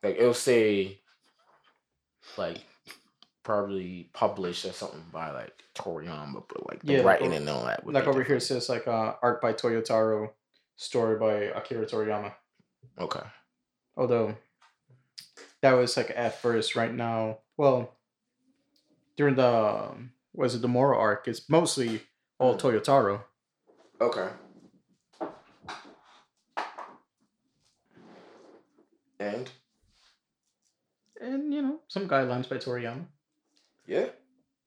S3: like it'll say like probably published or something by like Toriyama, but like the
S1: Yeah, like
S3: writing
S1: over-
S3: and all that. would
S1: like
S3: be
S1: over here it
S3: different.
S1: says like uh, art by Toyotaro, story by Akira Toriyama.
S3: Okay.
S1: Although that was like at first. Right now, well, during the um, was it the Moro arc? It's mostly all Toyotaro.
S3: Okay. And
S1: and you know some guidelines by Toriyama.
S3: yeah.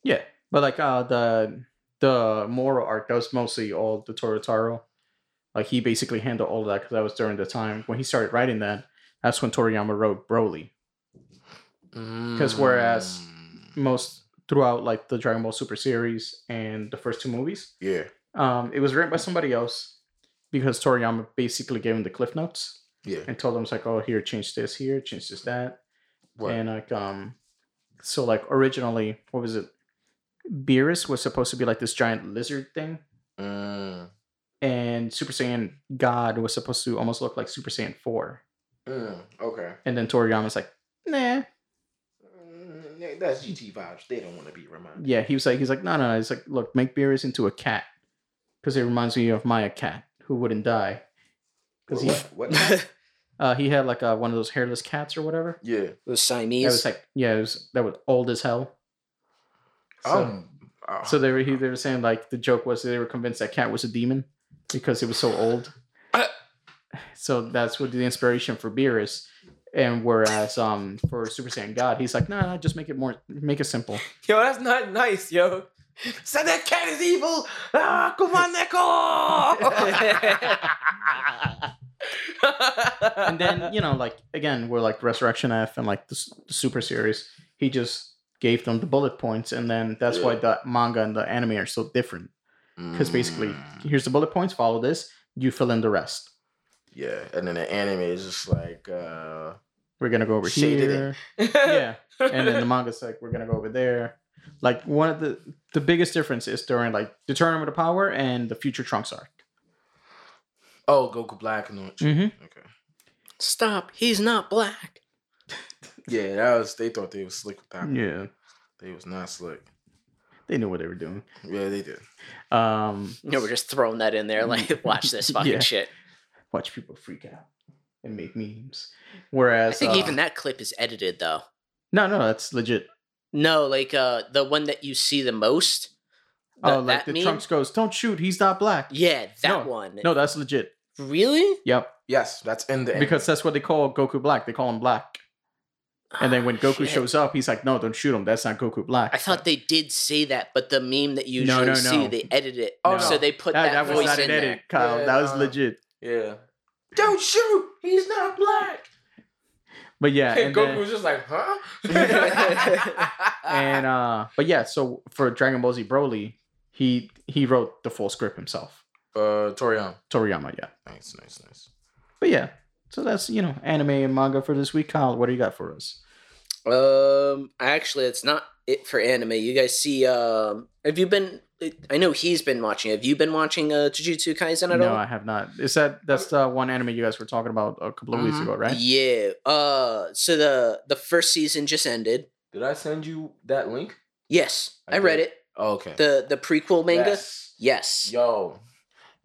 S1: Yeah, but like uh the the Moro arc that was mostly all the Torotaro. Like he basically handled all of that because that was during the time when he started writing that. That's when Toriyama wrote Broly. whereas-
S3: Mm,
S1: Most throughout like the Dragon Ball Super series and the first two movies,
S3: yeah,
S1: um, it was written by somebody else because Toriyama basically gave him the cliff notes
S3: yeah,
S1: and told him it's like, oh, here change this, here change this, that.
S3: right.
S1: And like um so like originally, what was it? Beerus was supposed to be like this giant lizard thing,
S3: Mm,
S1: and Super Saiyan God was supposed to almost look like Super Saiyan 4.
S3: mm, okay.
S1: And then Toriyama's like, nah.
S3: Mm, yeah, that's GT vibes. They don't want to be reminded.
S1: Yeah, he was like, he's like, no, no, no. He's like, look, make Beerus into a cat. Because it reminds me of Maya Cat, who wouldn't die. Because he
S3: what? what?
S1: uh, he had like uh, one of those hairless cats or whatever.
S3: yeah.
S2: Those
S1: That
S2: Siamese.
S1: was like, yeah, it was, that was old as hell. So-
S3: uh,
S1: So they were he, they were saying like the joke was they were convinced that cat was a demon because it was so old. so that's what the inspiration for Beerus. And whereas um for Super Saiyan God, he's like, no, nah, nah, just make it more make it simple.
S3: Yo, that's not nice, yo. Said that cat is evil. Ah, come on, Neko.
S1: And then, you know, like again, we're like Resurrection F and like the, s- the super series, he just gave them the bullet points and then that's why the manga and the anime are so different. Because basically,
S3: Mm.
S1: here's the bullet points, follow this, you fill in the rest.
S3: yeah, and then the anime is just like, uh,
S1: We're gonna go over
S3: Shaded it.
S1: here. yeah. and then the manga's like, we're gonna go over there. Like one of the the biggest difference is during like the tournament of power and the future Trunks arc.
S3: oh, Goku Black and Orange.
S1: Mm-hmm.
S3: Okay.
S2: Stop! He's not black.
S3: Yeah, that was. They thought they was slick with that.
S1: Yeah,
S3: They was not slick.
S1: they knew what they were doing.
S3: Yeah, they did.
S1: Um,
S2: You know, we're just throwing that in there. Like, watch this fucking
S1: Yeah.
S2: shit.
S1: watch people freak out and make memes. Whereas
S2: I think
S1: uh,
S2: even that clip is edited though.
S1: no, no, that's legit.
S2: No, like uh the one that you see the most. the-
S1: oh, like
S2: that
S1: the
S2: meme?
S1: Trunks goes, "Don't shoot, he's not black."
S2: Yeah, that
S1: No,
S2: one.
S1: No, that's legit.
S2: Really?
S1: Yep,
S3: Yes, that's in the
S1: because that's what they call Goku Black. They call him Black, and then when
S2: Ah,
S1: Goku
S2: shit.
S1: shows up, he's like, "No, don't shoot him. That's not Goku Black."
S2: I thought they did say that, but the meme that you
S1: No,
S2: usually
S1: no,
S2: see,
S1: no.
S2: they edit it.
S3: Oh,
S2: so
S3: no.
S2: they put
S1: that,
S2: that,
S1: that was
S2: voice
S1: not
S2: in
S1: an edit,
S2: there. uh-huh.
S1: Kyle.
S3: Yeah,
S1: that was
S3: no.
S1: legit.
S3: yeah. Don't shoot. He's not black.
S1: But yeah,
S3: and
S1: and,
S3: Goku
S1: then-
S3: was just like, huh?
S2: Ah.
S1: and uh, but yeah. So for Dragon Ball Z Broly, he he wrote the full script himself.
S3: uh, Toriyama.
S1: Toriyama, yeah.
S3: Nice, nice, nice.
S1: But yeah, so that's you know anime and manga for this week, Kyle. What do you got for us?
S2: Um, actually, it's not it for anime. You guys see? Um, have you been? I know he's been watching. Have you been watching uh, Jujutsu Kaisen at
S1: no,
S2: all?
S1: I have not. Is that that's the one anime you guys were talking about a couple of weeks
S3: Mhm.
S1: ago, right?
S2: Yeah. Uh, so the the first season just ended.
S3: Did I send you that link?
S2: Yes, I,
S3: I
S2: read
S3: did.
S2: it.
S3: Oh, okay.
S2: The the prequel manga. Yes.
S3: Yes. Yo,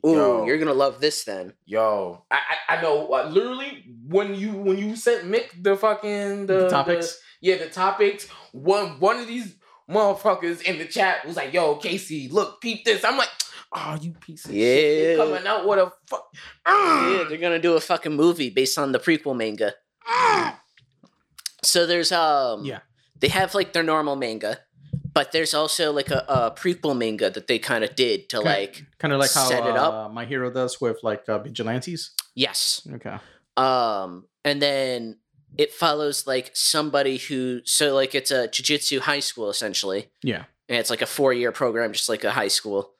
S2: Ooh,
S3: Yo.
S2: you're gonna love this then.
S3: yo. I, I, I know. uh, literally, when you when you sent Mick the fucking the,
S1: The topics.
S3: the- yeah, the topics. One one of these motherfuckers in the chat was like, "Yo, Casey, look, peep this." I'm like, "Oh, you piece of shit,
S2: Yeah.
S3: You're coming out with a fuck."
S2: Yeah, they're gonna do a fucking movie based on the prequel manga. So there's um
S1: Yeah.
S2: they have like their normal manga, but there's also like a, a prequel manga that they kind of did to
S1: Okay.
S2: like
S1: Kind of like how
S2: Set it
S1: Uh, my hero does with like uh, vigilantes.
S2: yes,
S1: Okay.
S2: um, and then it follows like somebody who so like it's a jujitsu high school essentially,
S1: Yeah.
S2: and it's like a four year program, just like a high school,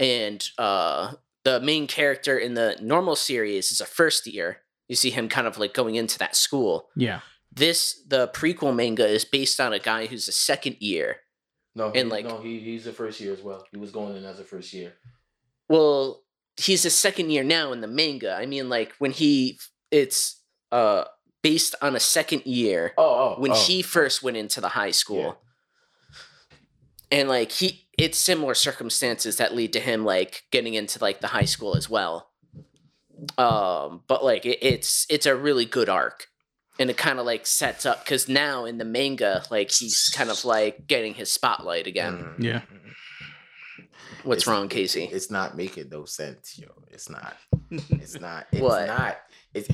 S2: and uh the main character in the normal series is a first year. You see him kind of like going into that school.
S1: Yeah.
S2: this the prequel manga is based on a guy who's a second year.
S3: No,
S2: And, like-
S3: no, he, he's the first year as well. He was going in as a first year.
S2: Well, he's a second year now in the manga. I mean, like when he it's uh based on a second year
S3: Oh, oh,
S2: when
S3: oh.
S2: he first went into the high school. And like he it's similar circumstances that lead to him like getting into like the high school as well. Um but like it, it's it's a really good arc. And it kind of like sets up because now in the manga, like he's kind of like getting his spotlight again.
S3: Mm.
S1: Yeah.
S2: What's
S3: It's-
S2: wrong, Casey?
S3: It's not making no sense, yo. It's not. It's not. It's
S2: What?
S3: not. It's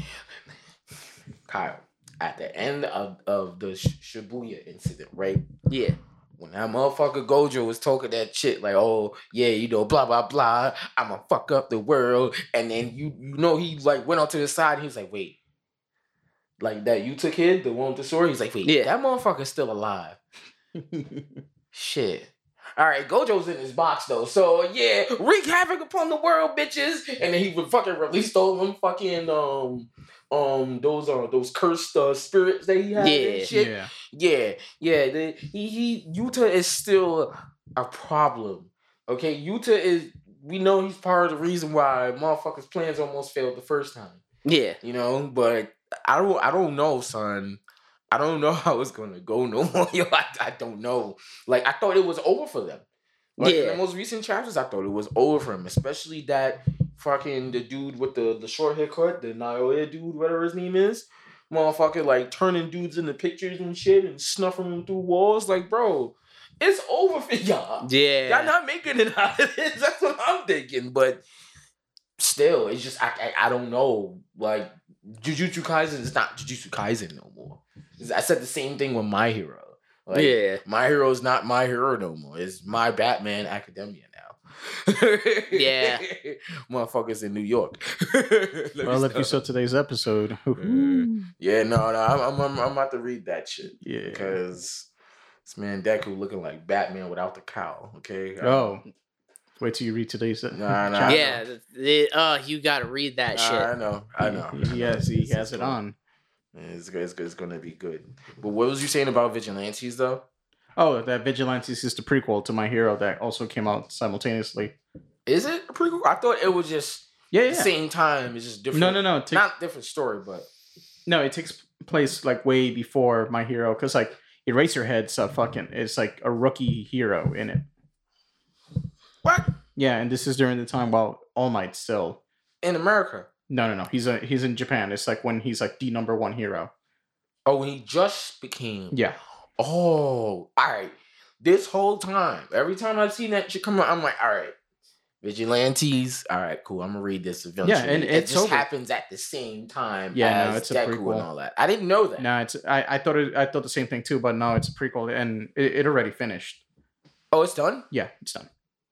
S3: Kyle. At the end of, of the Sh- Shibuya incident, right?
S2: Yeah.
S3: When that motherfucker Gojo was talking that shit, like, oh yeah, you know, blah blah blah, I'ma fuck up the world, and then you you know he like went on to the side. And he was like, wait, like that you took kid, the one with the sword. He's like, wait,
S2: Yeah.
S3: that motherfucker's still alive. Shit. All right, Gojo's in his box though, so yeah, wreak havoc upon the world, bitches. And then he would fucking release all them fucking um um those uh those cursed uh, spirits that he had.
S2: Yeah.
S3: and shit.
S1: Yeah.
S3: Yeah, yeah. The, he he Utah is still a problem. Okay, Utah is. We know he's part of the reason why motherfuckers' plans almost failed the first time.
S2: Yeah.
S3: You know, but I don't. I don't know, son. I don't know how it's gonna go no more. Yo, I, I don't know. Like I thought it was over for them. Like in
S2: Yeah.
S3: the most recent chapters, I thought it was over for him, especially that fucking the dude with the the short haircut, the Niobe dude, whatever his name is, motherfucker, like turning dudes into pictures and shit and snuffing them through walls. Like, bro, it's over for y'all.
S2: Yeah.
S3: Y'all not making it out of this. That's what I'm thinking. But still, it's just I I, I don't know. Like Jujutsu Kaisen is not Jujutsu Kaisen no more. I said the same thing with My Hero. Like,
S2: yeah.
S3: my hero is not my hero no more. It's my Batman Academia now.
S2: Yeah.
S3: motherfuckers in New York. Let
S1: Well,
S3: me
S1: if you saw
S3: stop.
S1: today's episode,
S2: Mm.
S3: yeah, no, no, I'm, I'm, I'm, I'm about to read that shit
S1: yeah.
S3: because this man Deku looking like Batman without the cowl. Okay.
S1: Oh, wait till you read today's.
S3: Nah, nah. I
S2: Yeah. The, the, uh, you got to read that
S3: I know, I know. I know.
S1: He has, he
S3: It's-
S1: has it
S3: it's cool.
S1: on.
S3: It's, it's, it's gonna be good. But what was you saying about vigilantes though?
S1: Oh, that Vigilantes is the prequel to My Hero that also came out simultaneously.
S3: Is it a prequel? I thought it was just
S1: Yeah,
S3: the
S1: yeah.
S3: same time. It's just different.
S1: No, no, no. It takes,
S3: Not different story, but
S1: no, it takes place like way before My Hero because like Eraserhead's a fucking it's like a rookie hero in it.
S3: What?
S1: Yeah, and this is during the time while All Might still.
S3: In America.
S1: No, no, no. He's a he's in Japan. It's like when he's like the number one hero.
S3: Oh, when he just became.
S1: Yeah,
S3: Oh, all right. This whole time, every time I've seen that shit come out, I'm like, all right, vigilantes. All right, cool. I'm gonna read this eventually.
S1: and
S3: it
S1: it's
S3: just
S1: over.
S3: happens at the same time.
S1: Yeah,
S3: Yeah,
S1: no,
S3: as
S1: it's a
S3: Deku
S1: prequel.
S3: and all that. I didn't know that.
S1: no, it's I, I thought it, I thought the same thing too, but no, it's a prequel and it, it already finished.
S3: Oh, it's done.
S1: Yeah, it's done.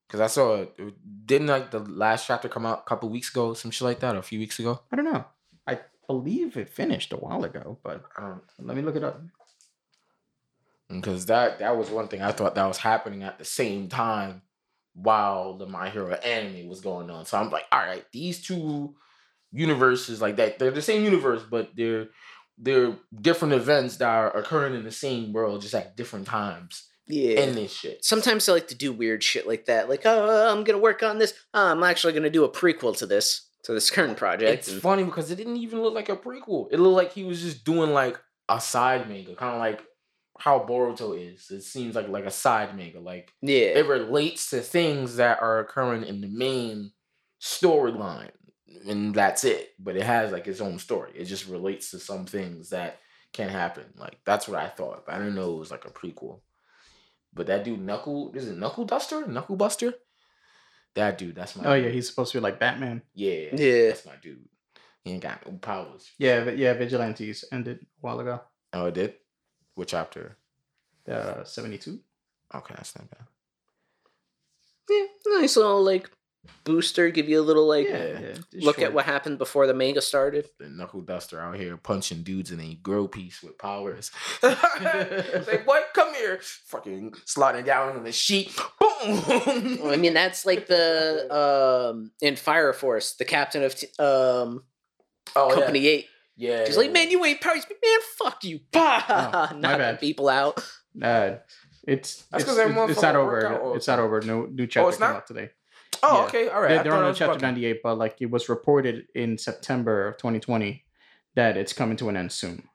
S3: Cause I saw it. Didn't like the last chapter come out a couple weeks ago, some shit like that, or a few weeks ago.
S1: I don't know. I believe it finished a while ago, but
S3: I don't.
S1: let me look it up.
S3: Because Mm, that that was one thing I thought that was happening at the same time while the My Hero anime was going on. So I'm like, all right, these two universes like that, they're the same universe, but they're they're different events that are occurring in the same world just at different times
S2: Yeah.
S3: in this shit.
S2: sometimes they like to do weird shit like that. Like, oh, I'm gonna work on this. Oh, I'm actually gonna do a prequel to this to this current project.
S3: It's
S2: and-
S3: funny because it didn't even look like a prequel. It looked like he was just doing like a side manga, kind of like how Boruto is. It seems like like a side manga, like
S2: yeah,
S3: it relates to things that are occurring in the main storyline and that's it but it has like its own story it just relates to some things that can happen like that's what i thought i didn't know it was like a prequel but that dude knuckle is it knuckle duster knuckle buster that dude that's my
S1: Oh yeah,
S3: dude.
S1: he's supposed to be like Batman.
S3: yeah
S2: Yeah.
S3: that's my dude he ain't got no powers
S1: Yeah, but yeah, Vigilantes ended a while ago.
S3: oh it did what chapter
S1: Uh, seventy two.
S3: okay that's not bad
S2: yeah, nice little like booster. Give you a little like
S1: yeah, yeah, it's
S2: look
S1: short.
S2: at what happened before the manga started.
S3: the knuckle duster out here punching dudes in a grow piece with powers. it's like, what? Come here. Fucking sliding down on the sheet. Boom.
S2: Well, I mean, that's like the um in Fire Force, the captain of t- um
S3: oh,
S2: Company Eight.
S3: Yeah. yeah
S2: She's like, man, you ain't parties, but man, fuck you, bah,
S1: Oh, my
S2: knocking
S1: bad.
S2: people out.
S1: Uh, it's
S3: That's
S1: it's,
S3: 'cause that
S1: it's, it's
S3: motherfucker
S1: not
S3: worked
S1: over.
S3: out all
S1: it's
S3: the
S1: not over. No new chapter
S3: Oh, it's
S1: came
S3: not?
S1: out today.
S3: oh,
S1: yeah.
S3: okay. All right.
S1: They're,
S3: I
S1: they're
S3: thought
S1: on
S3: it
S1: the
S3: was
S1: chapter
S3: fucking-
S1: ninety eight, but like it was reported in September of twenty twenty that it's coming to an end soon.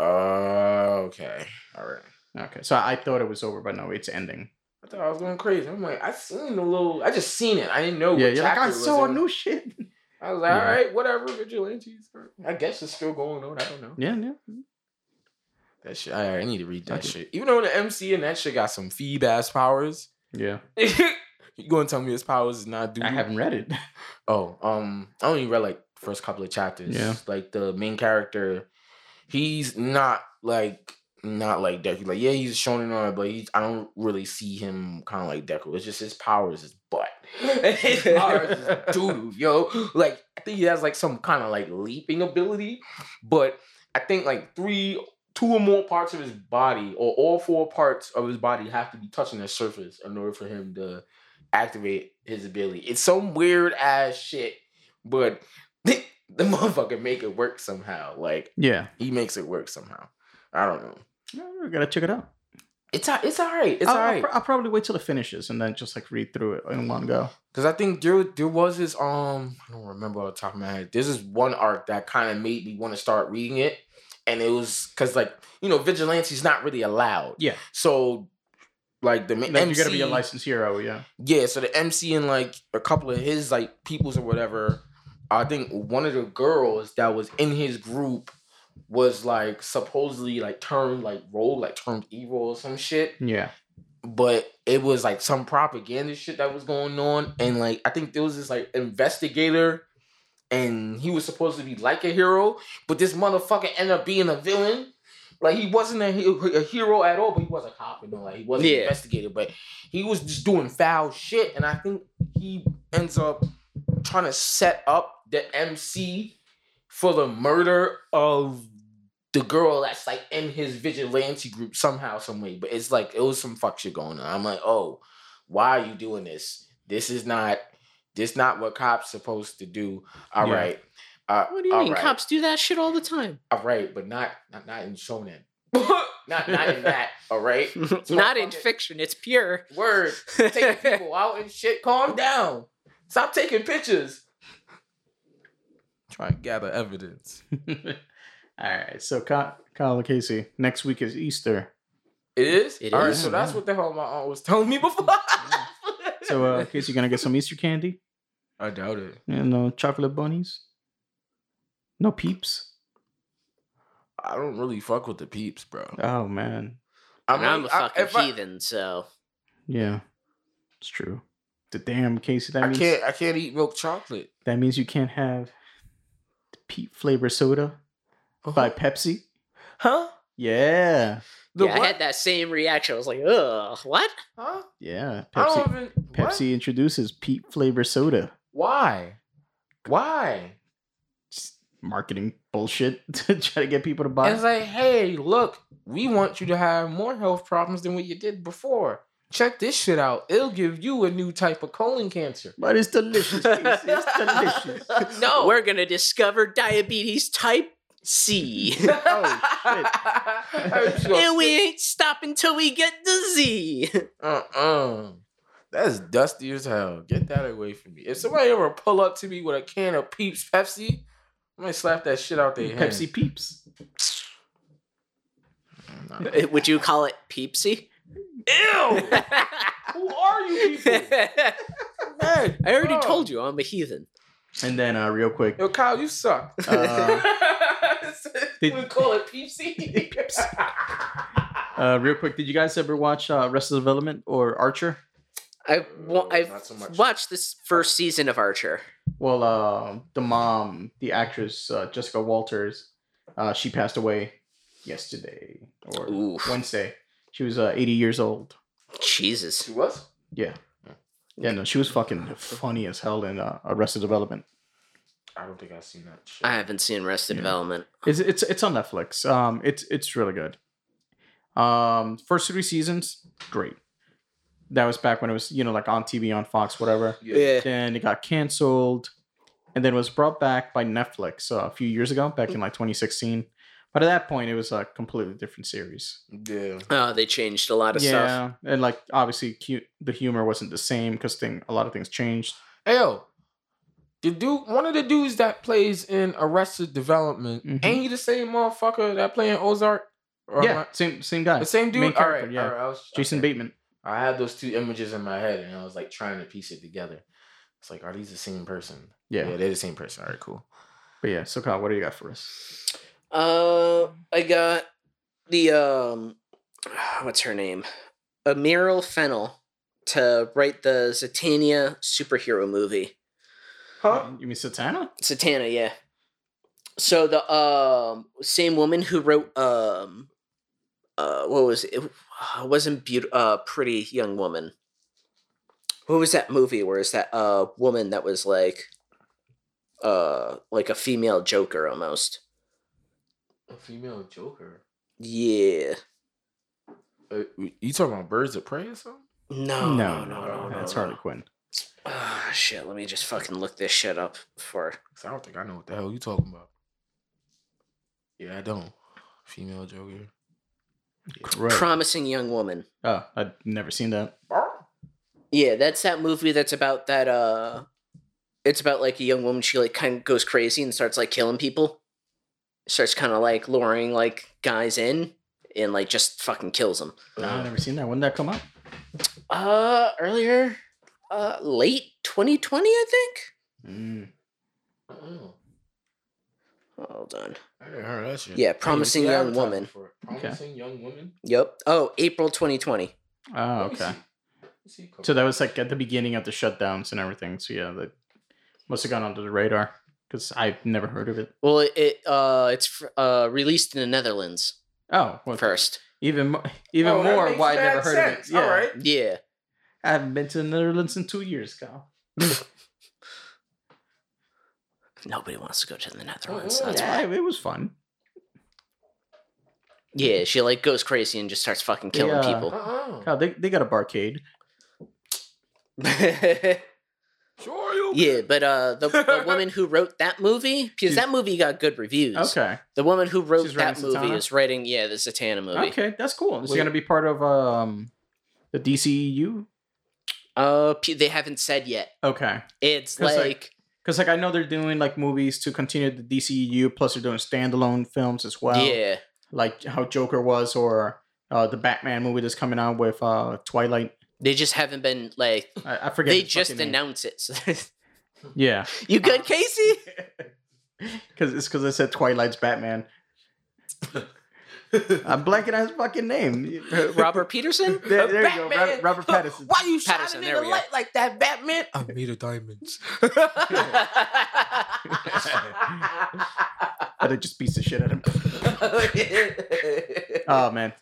S3: Oh, okay. All right.
S1: Okay, so I thought it was over, but no, it's ending.
S3: I thought I was going crazy. I'm like, I seen the little. I just seen it. I didn't know.
S1: yeah,
S3: Oh, what
S1: you're like
S3: chapter
S1: I
S3: it was
S1: saw
S3: in."
S1: new shit.
S3: I was like,
S1: Yeah.
S3: all right, whatever. Vigilantes. I guess it's still going on. I don't know.
S1: Yeah, yeah.
S3: That shit. I, I need to read that
S1: Okay.
S3: shit. Even though the MC and that shit got some feeb ass powers.
S1: Yeah,
S3: you gonna tell me his powers is not dude?
S1: I haven't read it.
S3: Oh, um, I only read like first couple of chapters.
S1: Yeah.
S3: Like the main character, he's not like not like Deku. Like yeah, he's shown and all, that, but he's I don't really see him kind of like Deku. It's just his powers is butt. his powers is doo yo. Like I think he has like some kind of like leaping ability, but I think like three. Two or more parts of his body, or all four parts of his body, have to be touching the surface in order for him to activate his ability. It's some weird ass shit, but the motherfucker make it work somehow. Like
S1: yeah,
S3: he makes it work somehow. I don't know.
S1: No, we gotta check it out.
S3: It's a- it's all right. It's
S1: I'll,
S3: all
S1: Oh, I'll
S3: right.
S1: pr- I'll probably wait till it finishes and then just like read through it in one go.
S3: Cause I think there there was this um I don't remember off the top of my head. There's this one arc that kind of made me want to start reading it, and it was because like you know vigilante's not really allowed.
S1: Yeah.
S3: So like the ma-
S1: Like, you gotta be a
S3: MC
S1: licensed hero. Yeah,
S3: Yeah, so the MC and like a couple of his like peoples or whatever, I think one of the girls that was in his group was like supposedly like turned like role like turned evil or some shit.
S1: yeah.
S3: But it was like some propaganda shit that was going on and like I think there was this like investigator and he was supposed to be like a hero, but this motherfucker ended up being a villain. Like he wasn't a, he- a hero at all, but he was a cop and all. Like he wasn't
S2: Yeah.
S3: investigated, but he was just doing foul shit. And I think he ends up trying to set up the MC for the murder of the girl that's like in his vigilante group somehow, some way. But it's like it was some fuck shit going on. I'm like, oh, why are you doing this? This is not this not what cops supposed to do. All
S1: Yeah.
S3: right. Uh,
S2: What do you
S3: all
S2: mean?
S3: right.
S2: Cops do that shit all the time.
S3: All right, but not not, not in shonen. not not in that. All right.
S2: Not in
S3: motherfucking-
S2: fiction. It's pure.
S3: Word. Taking people out and shit. Calm down. Stop taking pictures. Try and gather evidence.
S1: All right, so co- Kyle Casey. Next week is Easter.
S3: It is.
S2: It
S3: All right,
S2: is.
S3: so that's what the hell my aunt was telling me before.
S1: So, uh, Casey, you gonna get some Easter candy
S3: I doubt it.
S1: and uh, chocolate bunnies? No peeps.
S3: I don't really fuck with the peeps, bro.
S1: Oh man,
S2: I'm, and I'm a
S3: like- I-
S2: fucking
S3: if I-
S2: heathen, so
S1: yeah, it's true. The damn Casey. That
S3: I
S1: means
S3: can't. I can't eat milk chocolate.
S1: that means you can't have the peep flavor soda by Pepsi.
S3: huh?
S1: Yeah,
S3: The
S2: yeah, I had that same reaction. I was like, ugh, what?
S3: Huh?
S1: yeah.
S3: I don't
S1: Pepsi.
S3: even. what?
S1: Pepsi introduces peep flavor soda.
S3: Why? Why?
S1: Just marketing bullshit to try to get people to buy.
S3: It's like, hey, look, we want you to have more health problems than what you did before. Check this shit out. It'll give you a new type of colon cancer.
S1: but it's delicious. Casey. It's delicious.
S2: Uh,
S3: No.
S2: We're gonna discover diabetes type C.
S3: oh, shit.
S2: and we ain't stopping till we get the Z.
S3: Uh-uh. That's dusty as hell. Get that away from me. If somebody ever pull up to me with a can of Peeps Pepsi, I'm gonna slap that shit out their hand.
S1: Pepsi peeps.
S3: Nah.
S2: Would you call it Peepsy?
S3: Ew!
S2: I
S3: Who are you people? Man,
S2: already
S3: bro.
S2: told you I'm a heathen.
S1: And then uh, real quick,
S3: Yo, Kyle, you suck. we
S1: did-
S3: call it Peepsy.
S1: uh, real quick, did you guys ever watch uh, Arrested Development or Archer?
S2: I wa-
S3: Uh,
S2: I've
S3: not so much.
S2: watched this first season of Archer.
S1: Well, uh, the mom, the actress uh, Jessica Walters, uh, she passed away yesterday or
S2: Ooh,
S1: Wednesday. She was uh, 80 years old.
S2: Jesus.
S3: was?
S1: Yeah. Yeah, no, she was fucking funny as hell in uh, Arrested Development.
S3: I don't think I've seen that shit.
S2: I haven't seen Arrested
S1: Yeah.
S2: Development.
S1: It's it's it's on Netflix. Um, it's it's really good. Um, first three seasons, great. That was back when it was you know like on TV on Fox whatever. then it got canceled and then was brought back by netflix uh, a few years ago back in like 2016 but at that point it was a completely different series
S3: Yeah.
S2: Oh, they changed a lot of stuff.
S1: yeah and like obviously cute the humor wasn't the same because thing a lot of things changed
S3: Hey, yo. The dude, one of the dudes that plays in Arrested Development,
S1: Mhm.
S3: ain't he the same motherfucker that playing Ozark? Or am
S1: yeah
S3: I-
S1: same same guy
S3: the same
S1: Main
S3: dude. All
S1: character,
S3: right,
S1: yeah.
S3: all right. I was,
S1: jason
S3: okay.
S1: bateman
S3: I had those two images in my head, and I was like trying to piece it together. It's like, are these the same person?
S1: yeah.
S3: they're the same person. All right, cool.
S1: but yeah so kyle what do you got for us
S2: Uh, I got the um, what's her name, Amiral Fennel, to write the Zatanna superhero movie.
S3: Huh?
S1: you mean satana
S2: Zatanna, yeah. So the um same woman who wrote um, uh, what was it? It wasn't beautiful. Uh, pretty young woman. What was that movie? Where is that uh woman that was like, uh, like a female Joker almost?
S3: A female Joker.
S2: Yeah.
S3: Uh, you talking about Birds of Prey or something?
S2: No, no, no, no, no.
S1: that's
S3: no.
S1: harley quinn
S2: Ah, shit. Let me just fucking look this shit up for.
S3: 'Cause I don't think I know what the hell you talking about. Yeah, I don't. Female Joker.
S1: Correct.
S2: Promising Young Woman.
S1: oh i've never seen that
S2: Yeah, that's that movie that's about that. uh It's about like a young woman. She like kind of goes crazy and starts like killing people. Starts kind of like luring like guys in and like just fucking kills them.
S1: no
S3: Uh,
S1: i've never seen that when did that come out
S2: Uh, earlier, uh, late 2020, I think.
S1: Mm.
S3: Uh-uh.
S2: Hold on.
S3: I didn't hear that shit.
S2: Yeah,
S3: I didn't
S2: Promising
S3: see
S2: Young
S3: advertising
S2: Woman.
S3: for it.
S1: Okay.
S3: Promising young woman.
S2: Yep. Oh, April 2020.
S1: oh
S3: Let me
S1: okay
S3: see. Let me see a couple-
S1: So that was like at the beginning of the shutdowns and everything. So yeah, that must have gone under the radar because I've never heard of it.
S2: Well, it, it uh, it's fr- uh released in the Netherlands
S1: Oh, well,
S2: first.
S1: even mo- even
S3: Oh, that
S1: more
S3: makes
S1: why I never
S3: mad
S1: heard
S3: sense.
S1: of it. Yeah.
S3: All right.
S2: Yeah.
S1: I haven't been to the Netherlands in two years, Kyle.
S2: Nobody wants to go to the Netherlands.
S3: Oh,
S2: That's
S1: yeah,
S2: why.
S1: it was fun.
S2: Yeah, she like goes crazy and just starts fucking killing
S1: Yeah.
S2: people.
S3: Uh-uh.
S1: Kyle, they, they got a barcade.
S3: Sure you.
S2: yeah, but uh, the, the woman who wrote that movie because
S1: She's-
S2: that movie got good reviews.
S1: Okay,
S2: The woman who wrote
S1: She's
S2: that
S1: writing
S2: movie
S1: Zatanna?
S2: is writing yeah the Zatanna movie.
S1: okay, that's cool. Is it
S3: Wait.
S1: gonna be part of um the E DCEU?
S2: Uh, p- they haven't said yet.
S1: Okay,
S2: It's
S1: 'Cause,
S2: like,
S1: like- because like I E know they're doing like movies to continue the DCEU, plus they're doing standalone films as well.
S2: yeah,
S1: like how Joker was, or uh, the Batman movie that's coming out with uh, Twilight.
S2: They just haven't been like
S1: I, I forget.
S2: they
S1: the
S2: just
S1: fucking name.
S2: announced it. So
S1: Yeah,
S2: you good, Casey?
S1: because it's because I said Twilight's Batman. I'm blanking on his fucking name.
S2: Robert Peterson?
S1: There, there you go, Robert,
S3: Batman.
S1: Robert Pattinson.
S3: Why you
S2: Patterson,
S3: shining
S2: there
S3: in
S2: we
S3: the
S2: go.
S3: light like that, Batman? I'm made of diamonds.
S1: But it just beats the shit out of him. Oh man.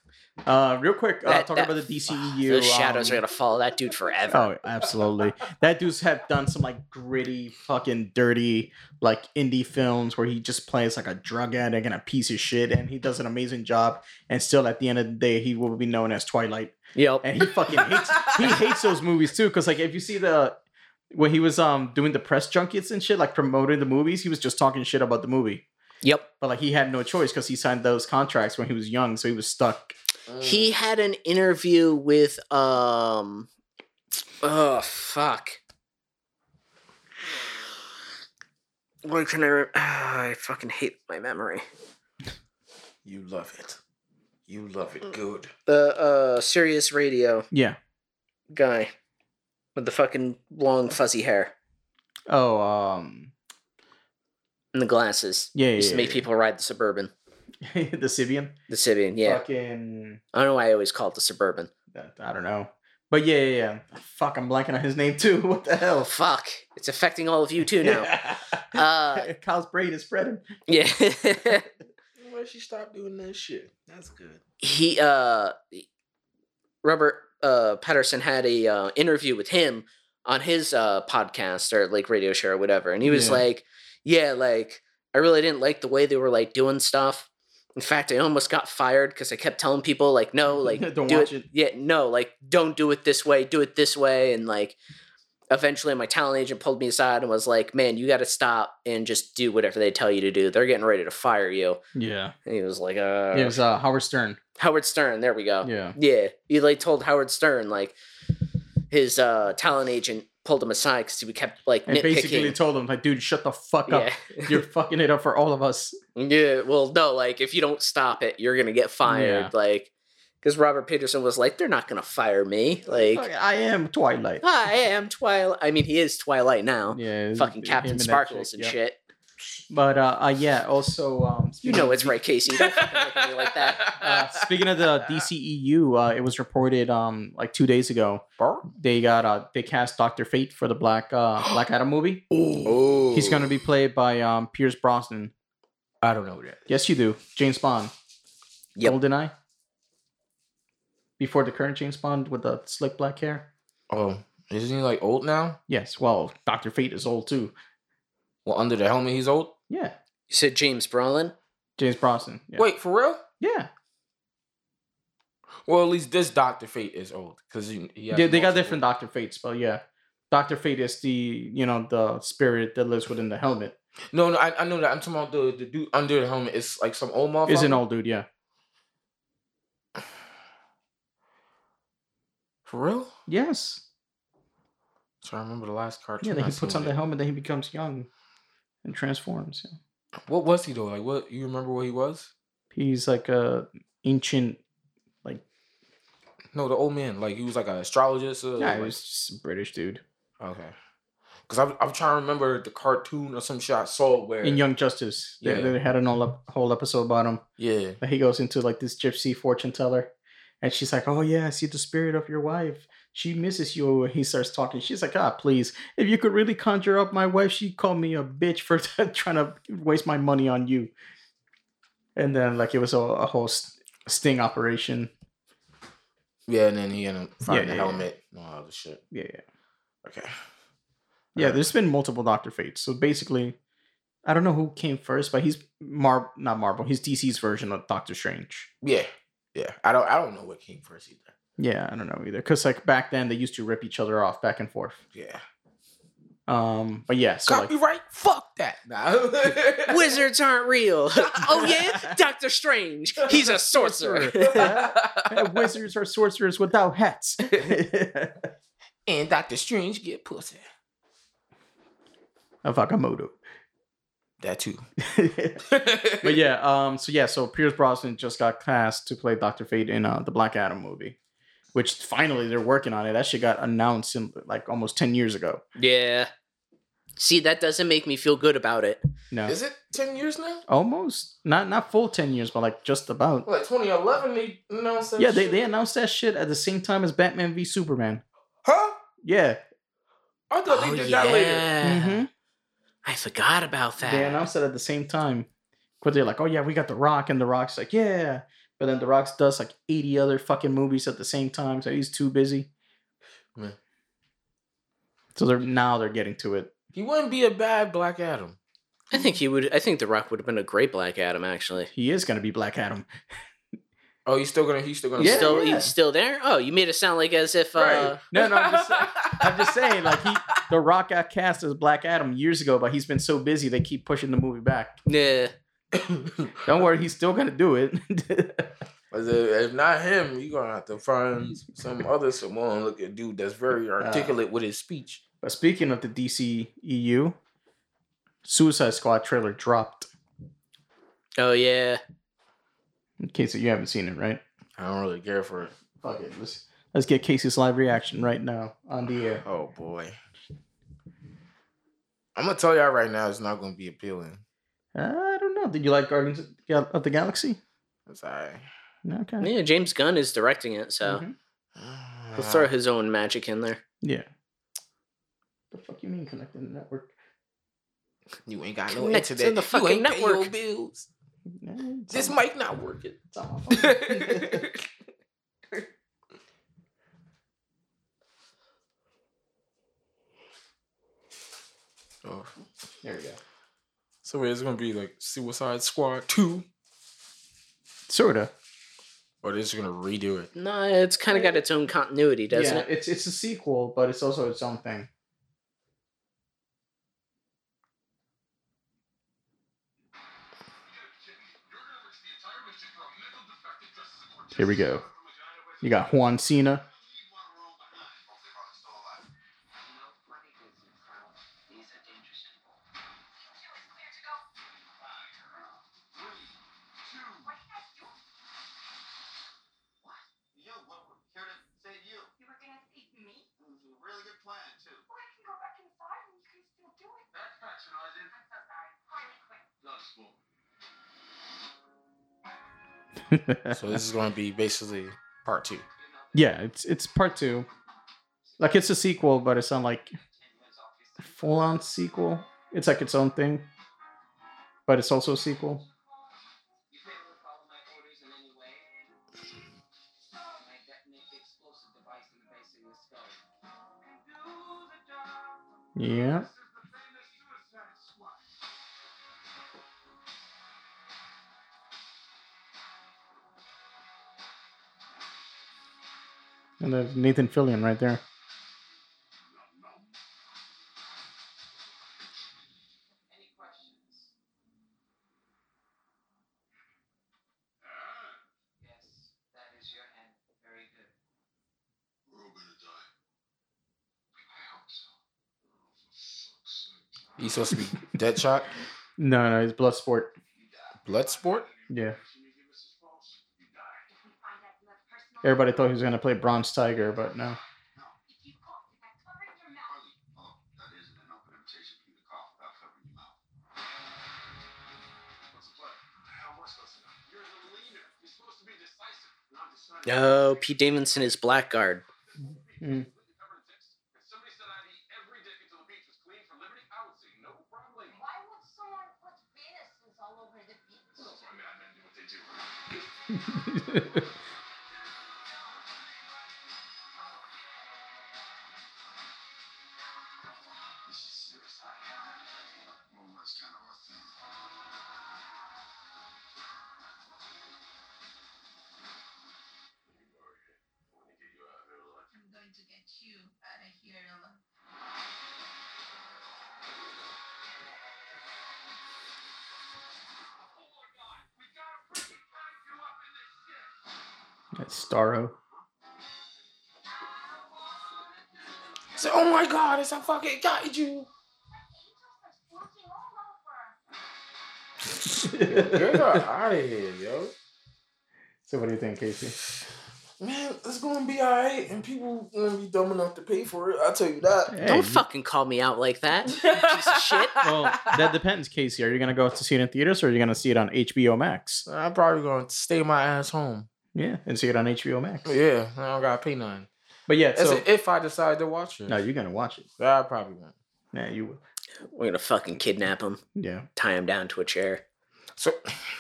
S1: Uh, real quick, uh,
S2: That-
S1: talking
S2: that-
S1: about the DCEU.
S2: Those shadows
S1: um,
S2: are gonna follow that dude forever.
S1: Oh, absolutely. That dude's have done some like gritty, fucking dirty, like indie films where he just plays like a drug addict and a piece of shit, and he does an amazing job. And still, at the end of the day, he will be known as Twilight.
S2: Yep.
S1: And he fucking hates he hates those movies too, because like if you see the when he was um doing the press junkets and shit, like promoting the movies, he was just talking shit about the movie.
S2: Yep.
S1: But like he had no choice because he signed those contracts when he was young, so he was stuck.
S2: He had an interview with um oh fuck. What can I re- I fucking hate my memory.
S3: You love it. You love it good.
S2: The uh Sirius Radio
S1: Yeah.
S2: guy with the fucking long fuzzy hair
S1: Oh, um,
S2: and the glasses.
S1: yeah, yeah,
S2: Used to
S1: yeah,
S2: make
S1: yeah.
S2: people ride the suburban.
S1: the Sibian.
S2: The Sibian, yeah.
S1: Fucking.
S2: I don't know why I always call it the suburban.
S1: that- I don't know. But yeah, yeah, yeah. Fuck, I'm blanking on his name too. What the
S2: Oh
S1: hell?
S2: fuck. It's affecting all of you too now. Uh
S1: Kyle's brain is spreading.
S2: yeah.
S3: Why she stopped doing that shit? That's good.
S2: he uh Robert uh Patterson had a uh, interview with him on his uh podcast or like radio show or whatever and he was
S1: Yeah.
S2: like yeah like I really didn't like the way they were like doing stuff. In fact, I almost got fired cuz I kept telling people like no oh, like
S1: Don't
S2: do
S1: watch it.
S2: Yeah, no, like don't do it this way, do it this way and like eventually my talent agent pulled me aside and was like, "Man, you got to stop and just do whatever they tell you to do. They're getting ready to fire you."
S1: Yeah.
S2: And he was like, "Uh
S1: it was uh, Howard Stern.
S2: Howard Stern, there we go."
S1: Yeah.
S2: Yeah, he like told Howard Stern like his uh talent agent pulled him aside because he kept like
S1: And basically
S2: nitpicking.
S1: told him, like, dude, shut the fuck up.
S2: yeah,
S1: You're fucking it up for all of us.
S2: yeah. Well, no, like if you don't stop it, you're gonna get
S1: Yeah.
S2: fired. Like, because Robert Peterson was like, they're not gonna fire me. Like,
S1: Fuck, I am Twilight.
S2: I am Twilight. I mean, he is Twilight now.
S1: Yeah.
S2: Fucking
S1: him
S2: Captain
S1: and that
S2: Sparkles
S1: chick,
S2: and
S1: yeah.
S2: shit.
S1: But uh, uh, yeah, also, um,
S2: You
S1: speaking
S2: know
S1: of
S2: it's
S1: the-
S2: right, Casey. Don't fucking look at me like that.
S1: Uh, speaking of the DCEU, uh, it was reported um like two days ago. They got uh they cast Doctor Fate for the Black uh Black Adam movie.
S3: Oh.
S1: He's gonna be played by um Pierce Brosnan.
S3: I don't know that.
S1: Yes, you do. James Bond.
S2: Yep.
S1: GoldenEye. Before the current James Bond with the slick black hair.
S3: Oh, isn't he like old now?
S1: Yes. Well, Doctor Fate is old too.
S3: Well, under the helmet, he's old.
S1: Yeah.
S2: You said James Brolin.
S1: James Brosnan. Yeah.
S3: Wait, for real?
S1: Yeah.
S3: Well, at least this Doctor Fate is old because he, he has
S1: They, they got
S3: multiple-
S1: different Doctor Fates, but yeah. Doctor Fate is the you know the spirit that lives within the helmet.
S3: No, no, I, I know that. I'm talking about the, the dude under the helmet. It's like some old motherfucker.
S1: Is an old dude, yeah.
S3: For real?
S1: Yes.
S3: So I remember the last cartoon.
S1: Yeah, then
S3: I
S1: he puts
S3: seen
S1: on the
S3: with it.
S1: helmet, then he becomes young and transforms. yeah.
S3: What was he though? Like, what you remember what he was?
S1: He's like a ancient.
S3: No, the old man. Like he was like an astrologist. Or,
S1: Yeah,
S3: like-
S1: he was just a British dude
S3: Okay. Because I'm, I'm trying to remember the cartoon or some shit I saw where.
S1: in Young Justice. They,
S3: Yeah.
S1: they had an all up, whole episode about him.
S3: Yeah.
S1: But he goes into like this gypsy fortune teller, and she's like, "Oh yeah, I see the spirit of your wife. She misses you." And he starts talking. She's like, "Ah, please, if you could really conjure up my wife, she'd call me a bitch for trying to waste my money on you." And then like it was a, a whole s- sting operation.
S3: Yeah, and then he ended up finding
S1: yeah,
S3: the
S1: yeah.
S3: helmet and all that other shit.
S1: Yeah, yeah.
S3: Okay.
S1: Yeah,
S3: Alright.
S1: there's been multiple Doctor Fates. So basically, I don't know who came first, but he's Mar not Marvel. He's DC's version of Doctor Strange.
S3: Yeah. Yeah. I don't. I don't know what came first either.
S1: Yeah, I don't know either. Cause like back then they used to rip each other off back and forth.
S3: Yeah.
S1: Um, but yeah, so like,
S3: Copyright? Fuck that. Nah.
S2: Wizards aren't real. oh yeah, Doctor Strange. He's a sorcerer.
S1: wizards are sorcerers without hats.
S3: and Doctor Strange get pussy.
S1: Avagamoto.
S3: That too.
S1: but yeah, um, so yeah, so Pierce Brosnan just got cast to play Doctor Fate in uh, the Black Adam movie, which finally they're working on it. That shit got announced in like almost ten years ago.
S2: Yeah. See, that doesn't make me feel good about it.
S1: No,
S3: Is it ten years now?
S1: almost not not full ten years, but like just about.
S3: Like 2011, they announced that.
S1: Yeah, they,
S3: shit.
S1: they announced that shit at the same time as Batman v Superman.
S3: Huh?
S1: Yeah,
S3: I thought
S2: Oh,
S3: they did that later.
S2: Mm-hmm.
S1: hmm
S2: I forgot about that.
S1: they announced it at the same time. But they're like, oh yeah, we got The Rock, and The Rock's like, yeah. But then The Rock does like eighty other fucking movies at the same time, so he's too busy.
S3: Man.
S1: So they're now they're getting to it.
S3: He wouldn't be a bad Black Adam.
S2: I think he would. I think The Rock would have been a great Black Adam. Actually,
S1: He is gonna be Black Adam.
S3: Oh, he's still gonna. He's still gonna.
S1: Yeah,
S2: still
S1: yeah.
S2: he's still there. Oh, you made it sound like as if. Uh,
S3: Right.
S1: No, no, I'm just, I'm just saying, like he, The Rock got cast as Black Adam years ago, but he's been so busy they keep pushing the movie back.
S2: Yeah.
S1: Don't worry, he's still gonna do it.
S3: But the- If not him, you're gonna have to find some other Samoan looking dude that's very articulate with his speech.
S1: but speaking of the DC EU, Suicide Squad trailer dropped.
S2: Oh yeah.
S1: In case you haven't seen it, right?
S3: I don't really care for it.
S1: Fuck it. Let's let's get Casey's live reaction right now on the air.
S3: Oh boy. I'm gonna tell y'all right now, it's not gonna be appealing.
S1: I don't know. Did you like Guardians of the Gal- of the Galaxy?
S3: It's alright.
S1: Okay.
S2: Yeah. James Gunn is directing it, so
S1: Mhm.
S2: he'll throw his own magic in there.
S1: Yeah. The fuck you mean connected to the network?
S3: Ah, You ain't got no
S2: Connect to
S3: internet.
S2: the fucking
S3: you ain't pay your
S2: network.
S3: bills.
S1: Yeah, it's
S3: This
S1: on-
S3: mic not working.
S1: it's on my phone.
S3: That's Oh.
S1: there we go.
S3: So wait, it's gonna be like Suicide Squad 2?
S1: Sorta.
S3: Or they're just gonna redo it.
S2: No, it's kind of got its own continuity, doesn't
S1: yeah,
S2: it?
S1: it's it's a sequel, but it's also its own thing. Here we go. You got Juan Cena.
S3: So this is gonna be basically part two.
S1: yeah, it's it's part two. Like it's a sequel, but it's not like full on sequel. It's like its own thing, but it's also a sequel. Yeah. And there's Nathan Fillion right there.
S3: He's supposed to be Deadshot,
S1: No, no, it's Bloodsport.
S3: Bloodsport.
S1: Yeah. Everybody thought he was gonna play Bronze Tiger, but no.
S2: No, Oh, Pete Davidson is Blackguard.
S1: Mm.
S4: I'm going to get you out of here alive.
S1: That's Starro.
S3: So oh my god, it's I fucking got you.
S4: Angels are floating all over.
S3: Yo, get her out of here, yo.
S1: so what do you think, Casey?
S3: Man, it's gonna be alright, and people gonna be dumb enough to pay for it. I tell you that.
S1: Hey,
S2: Don't
S1: you-
S2: fucking call me out like that. you Piece of shit.
S1: Well, that depends, Casey. Are you gonna go to see it in theaters or are you gonna see it on HBO Max?
S3: I'm probably gonna stay my ass home.
S1: Yeah, and see it on HBO Max.
S3: Yeah, I don't gotta pay none.
S1: But yeah,
S3: That's
S1: so
S3: it, if I decide to watch it.
S1: no, you're gonna watch it.
S3: I probably won't.
S1: Yeah, you will.
S2: We're gonna fucking kidnap him,
S1: Yeah.
S2: tie him down to a chair.
S3: So,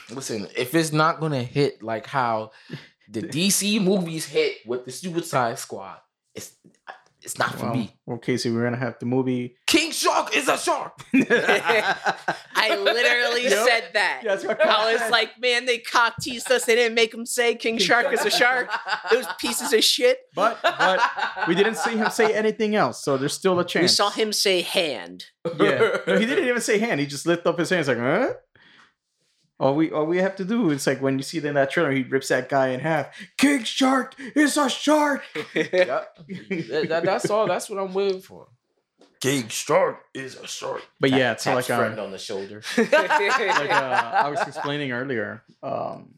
S3: listen, if it's not gonna hit like how the DC movies hit with the Suicide Squad, it's it's not for
S1: Well,
S3: me.
S1: well, Casey, we're gonna have the movie.
S3: King Shark is a shark.
S2: I literally
S1: Yep.
S2: said that.
S1: That's what
S2: I was like, man, they cock teased us. They didn't make him say King Shark is a shark. Those pieces of shit.
S1: but but we didn't see him say anything else, so there's still a chance.
S2: We saw him say hand.
S1: Yeah, no, he didn't even say hand. He just lifted up his hands like, huh? All we all we have to do is like when you see it in that trailer, he rips that guy in half. King Shark is a shark.
S3: Yep. That- that- that's all. That's what I'm waiting for. King Shark is a shark.
S1: But
S3: Tap-
S1: yeah, it's
S3: taps
S1: like um,
S3: friend on the shoulder.
S1: like uh, I was explaining earlier. Um,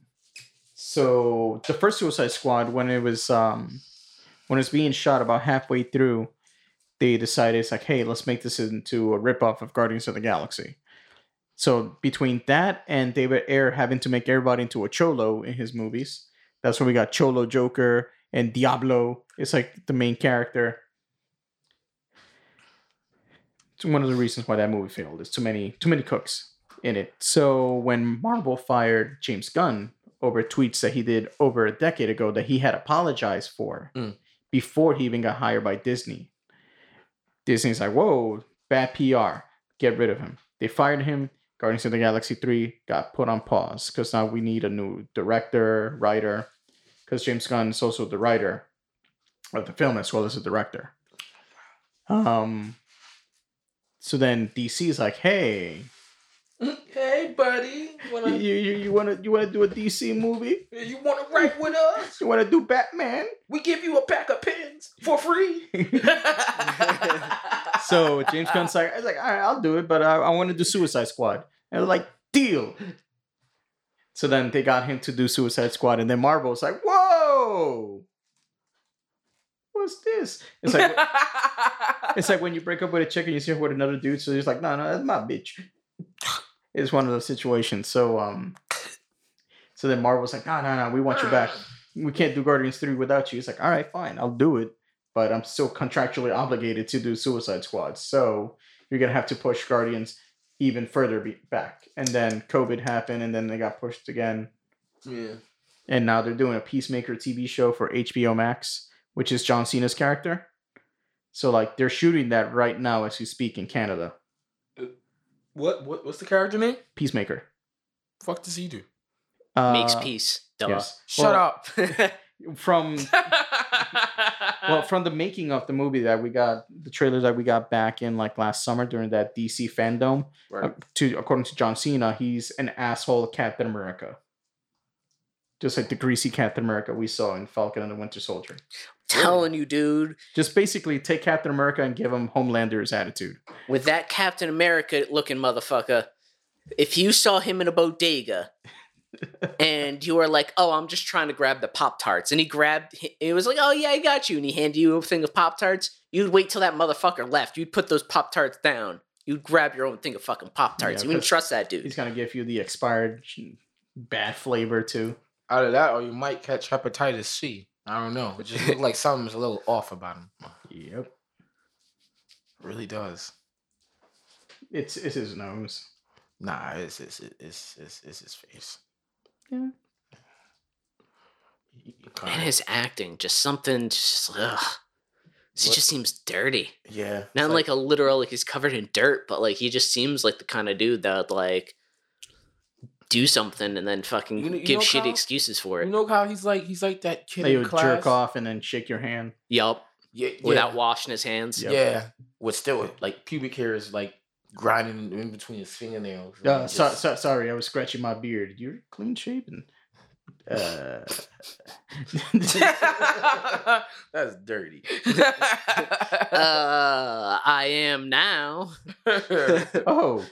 S1: so the first Suicide Squad, when it was um, when it was being shot about halfway through, they decided it's like, hey, let's make this into a ripoff of Guardians of the Galaxy. So between that and David Ayer having to make everybody into a cholo in his movies, that's when we got Cholo Joker and Diablo. It's like the main character. It's one of the reasons why that movie failed. It's too many too many cooks in it. So when Marvel fired James Gunn over tweets that he did over a decade ago that he had apologized for
S3: Mm.
S1: before he even got hired by Disney, Disney's like, whoa, bad PR. Get rid of him. They fired him. Guardians of the Galaxy 3 got put on pause because now we need a new director, writer, because James Gunn is also the writer of the film as well as the director. Um, so then DC is like, hey,
S3: hey, buddy,
S1: you
S3: wanna,
S1: you you want to you want to do a DC movie?
S3: you want to write with us?
S1: You want to do Batman?
S3: We give you a pack of pins for free.
S1: So James Gunn's like, I was like, all right, I'll do it, but I, I want to do Suicide Squad. And they're like, deal. So then they got him to do Suicide Squad, and then Marvel's like, whoa, what's this? It's like it's like when you break up with a chick and you see her with another dude, so he's like, no, no, that's my bitch. It's one of those situations. So um, so then Marvel's like, no, no, no, we want you back. we can't do Guardians 3 without you. It's like, all right, fine, I'll do it, but I'm still contractually obligated to do Suicide Squad. So you're going to have to push Guardians even further be- back. And then COVID happened, and then they got pushed again.
S3: Yeah.
S1: And now they're doing a Peacemaker TV show for HBO Max, which is John Cena's character. So, like, they're shooting that right now as we speak in Canada.
S3: What, what? What's the character name?
S1: Peacemaker.
S3: Fuck does he do?
S1: Uh,
S2: Makes peace. Duh.
S1: Yes.
S3: Shut
S1: Well,
S3: up.
S1: From well
S3: well,
S1: from the making of the movie that we got the trailer that we got back in like last summer during that dc fandom
S3: Right.
S1: uh, to according to john cena he's an asshole captain america just like the greasy captain america we saw in falcon and the winter soldier
S2: Telling you, dude,
S1: just basically take captain america and give him homelander's attitude
S2: with that Captain America looking motherfucker, if you saw him in a bodega and you were like, oh, I'm just trying to grab the Pop Tarts, and he grabbed, it was like, oh, yeah, I got you. And he handed you a thing of Pop Tarts, you'd wait till that motherfucker left. You'd put those Pop Tarts down. You'd grab your own thing of fucking Pop Tarts.
S1: Yeah,
S2: you wouldn't
S1: 'cause
S2: trust that dude.
S1: he's gonna give you the expired bad flavor too
S3: out of that, or you might catch hepatitis C. I don't know. It just looks like something's a little off about him. It
S1: yep
S3: really does.
S1: it's it's his nose
S3: Nah, it's it's it's it's, it's his face.
S1: Yeah.
S3: You- you
S2: And
S3: can't-
S2: his acting, just something, just, ugh. He
S3: What-
S2: just seems dirty.
S3: Yeah. it's
S2: Not like, a literal, like he's covered in dirt, but like he just seems like the kind of dude that would like do something and then fucking
S3: You kn- you
S2: give
S3: know,
S2: shitty
S3: Kyle?
S2: excuses for
S3: you
S2: it.
S3: know how he's like he's like that kid
S1: that
S3: in
S1: you
S3: class.
S1: jerk off and then shake your hand
S2: yup.
S3: Yeah,
S2: Without
S3: yeah,
S2: washing his hands.
S1: Yep.
S3: Yeah. With still like pubic hair is like grinding in between his fingernails. and
S1: Uh,
S3: he
S1: so,
S3: just-
S1: so, sorry, I was scratching my beard. You're clean shaven. Uh,
S3: That's dirty.
S2: Uh, I am now.
S1: oh,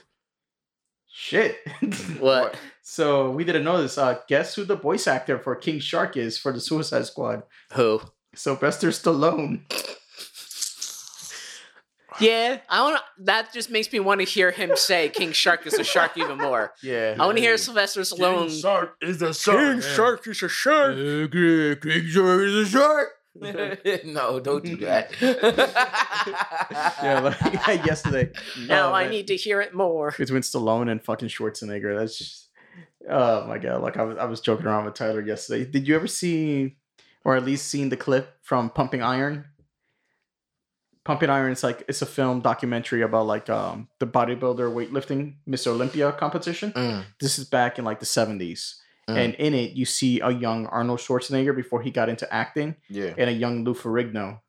S1: shit.
S2: What?
S1: So we didn't know this. Uh, guess who the voice actor for King Shark is for the Suicide Squad?
S2: Who?
S1: Sylvester Stallone.
S2: Yeah, I want to that just makes me want to hear him say King Shark is a shark even more.
S3: Yeah.
S2: I want to hear Sylvester Stallone.
S3: King Shark is a shark.
S2: is a shark.
S3: Okay, King Shark is a shark. no, don't do that.
S1: Yeah, like yesterday.
S2: Now
S1: Oh,
S2: I
S1: man.
S2: need to hear it more.
S1: between Stallone and fucking Schwarzenegger. That's just oh my god. Like I was I was joking around with Tyler yesterday. Did you ever see or at least seen the clip from Pumping Iron? Pumping Iron is like it's a film documentary about like um the bodybuilder weightlifting Mr. Olympia competition.
S3: Mm.
S1: This is back in like the 70s.
S3: Mm.
S1: And in it you see a young Arnold Schwarzenegger before he got into acting
S3: Yeah.
S1: and a young Lou Ferrigno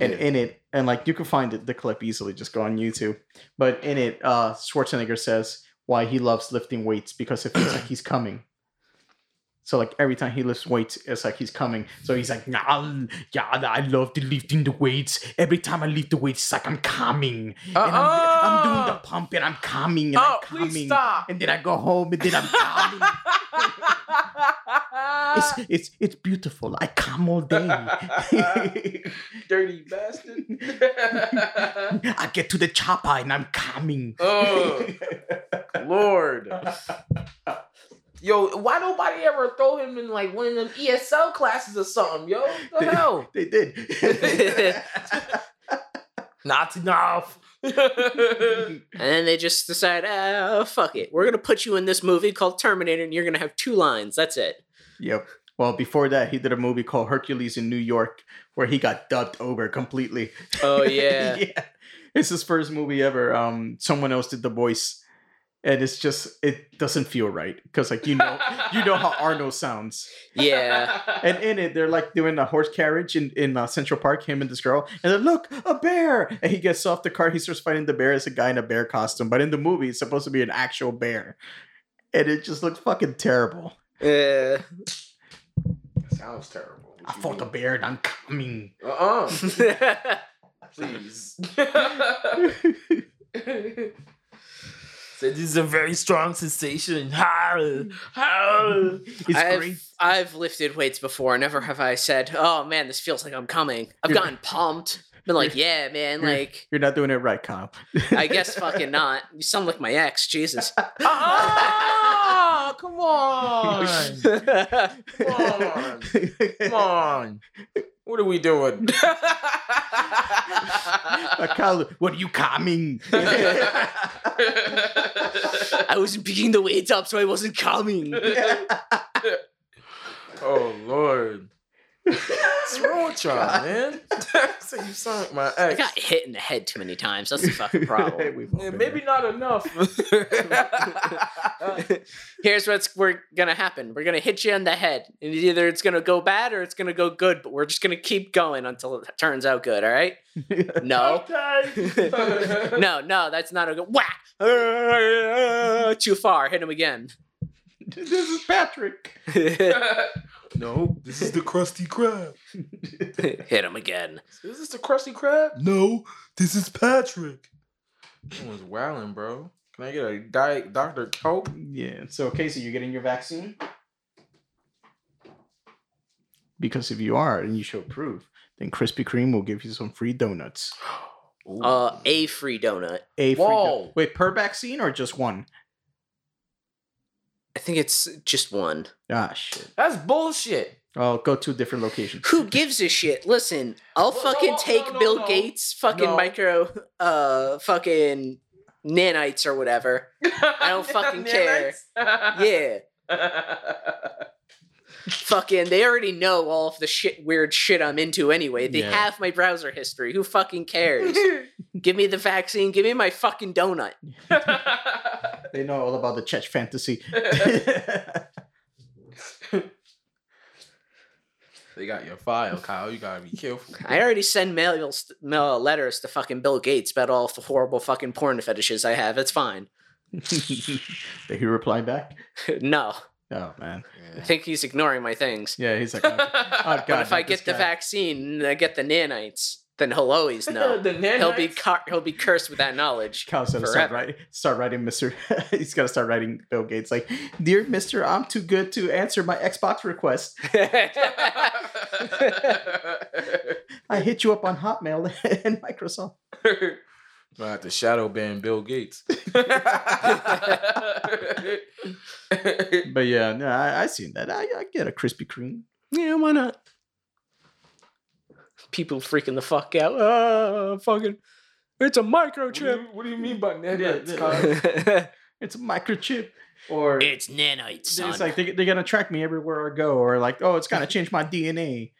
S1: and
S3: yeah.
S1: in it and like you can find it, the clip easily just go on youtube but in it uh schwarzenegger says why he loves lifting weights because it feels like he's coming so like every time he lifts weights it's like he's coming so he's like nah, yeah i love the lifting the weights every time i lift the weights it's like i'm coming and I'm, I'm doing the pump and i'm coming and
S3: Oh,
S1: i'm coming
S3: please stop.
S1: and then i go home and then i'm coming it's, it's it's beautiful i come all day
S3: Dirty bastard.
S1: I get to the chopper and I'm coming.
S3: oh, Lord. Yo, why nobody ever throw him in like one of them ESL classes or something, yo? What the hell?
S1: they did.
S3: Not enough.
S2: And then they just decide, ah, fuck it. We're gonna put you in this movie called Terminator, and you're gonna have two lines. That's it.
S1: yep. Well, before that, he did a movie called Hercules in New York, where he got dubbed over completely.
S2: Oh yeah.
S1: yeah. It's his first movie ever. Um, someone else did the voice, and it's just it doesn't feel right because like you know you know how Arnold sounds.
S2: yeah.
S1: And in it, they're like doing a horse carriage in in uh, Central Park, him and this girl, and then look a bear, and he gets off the car, he starts fighting the bear. It's a guy in a bear costume, but in the movie, it's supposed to be an actual bear, and it just looked fucking terrible.
S2: Yeah.
S3: sounds terrible.
S1: I fought the bear, and I'm coming.
S3: Uh uh Please. Said this is a very strong sensation. Ha! Ha!
S1: It's great.
S2: I've, I've lifted weights before. Never have I said, "Oh man, this feels like I'm coming." I've
S1: You're-
S2: gotten pumped. Been like, "Yeah, man,
S1: you're-
S2: like
S1: You're not doing it right, Kyle.
S2: I guess fucking not." You sound like my ex. Jesus.
S3: Ah, come on. Come on. Come on. What are we doing?
S1: Like, Uh, Kyle, what are you coming?
S2: I wasn't picking the weights up, so I wasn't coming.
S3: oh, Lord. What's wrong with y'all, man? so you sound like my
S2: I
S3: ex.
S2: got hit in the head too many times. That's the fucking problem.
S1: We've all
S3: Yeah,
S1: been
S3: maybe
S1: there.
S3: not enough. Uh,
S2: Here's what's we're gonna happen. We're gonna hit you in the head, and either it's gonna go bad or it's gonna go good. But we're just gonna keep going until it turns out good. All right? No.
S3: Okay.
S2: no, no, that's not a good whack. Ah, Too far. Hit him again.
S1: this is Patrick.
S2: Hit
S3: No, this is the Krusty Krab.
S2: him again.
S3: Is this the Krusty Krab? No, this is Patrick. Someone's wilding, bro. Can I get a diet Dr. Coke?
S1: Yeah. So, Casey, you getting your vaccine? Because if you are and you show proof, then Krispy Kreme will give you some free donuts.
S2: Uh, a free donut.
S1: A free
S3: Whoa.
S1: do- Wait, per vaccine or just one?
S2: I think it's just one.
S1: Ah, shit.
S3: That's bullshit.
S1: Oh, go to different locations.
S2: Who gives a shit? Listen, I'll
S3: Whoa, whoa,
S2: fucking
S3: whoa,
S2: take
S3: no, no,
S2: Bill
S3: no.
S2: Gates' fucking
S3: No.
S2: micro, uh, fucking nanites or whatever.
S3: I
S2: don't fucking care.
S3: Yeah.
S2: Yeah, fucking. They already know all of the shit, weird shit I'm into anyway. They
S1: Yeah.
S2: have my browser history. Who fucking cares? give me the vaccine. Give me my fucking donut.
S1: They know all about the Czech fantasy.
S3: they got your file, Kyle. You gotta be careful.
S2: I already send mails, mail letters to fucking Bill Gates about all the horrible fucking porn fetishes I have. It's fine.
S1: Did he reply back?
S2: no,
S1: Oh, man.
S2: I think he's ignoring my things.
S1: Yeah, he's like, oh, God.
S2: but if I
S1: this
S2: get the
S1: guy.
S2: vaccine, I get the nanites. then he'll always know.
S3: the
S2: he'll be
S3: nanites?
S2: car- he'll be cursed with that knowledge.
S1: Kyle's gotta start
S2: Forever.
S1: writing, start writing Mr. he's gotta start writing Bill Gates like, Dear Mister, I'm too good to answer my Xbox request. I hit you up on Hotmail and Microsoft.
S3: Gonna have to shadow ban Bill Gates.
S1: But yeah, no, I, I seen that. I, I get a Krispy Kreme.
S2: yeah, why not? People freaking the fuck out. Ah, fucking, it's a microchip.
S3: what do you mean by
S1: nanites, Kyle?
S2: it's
S1: It's a microchip. Or
S2: nanites. Son.
S1: it's like they, they're gonna track me everywhere I go, or like, oh, it's gonna change my DNA.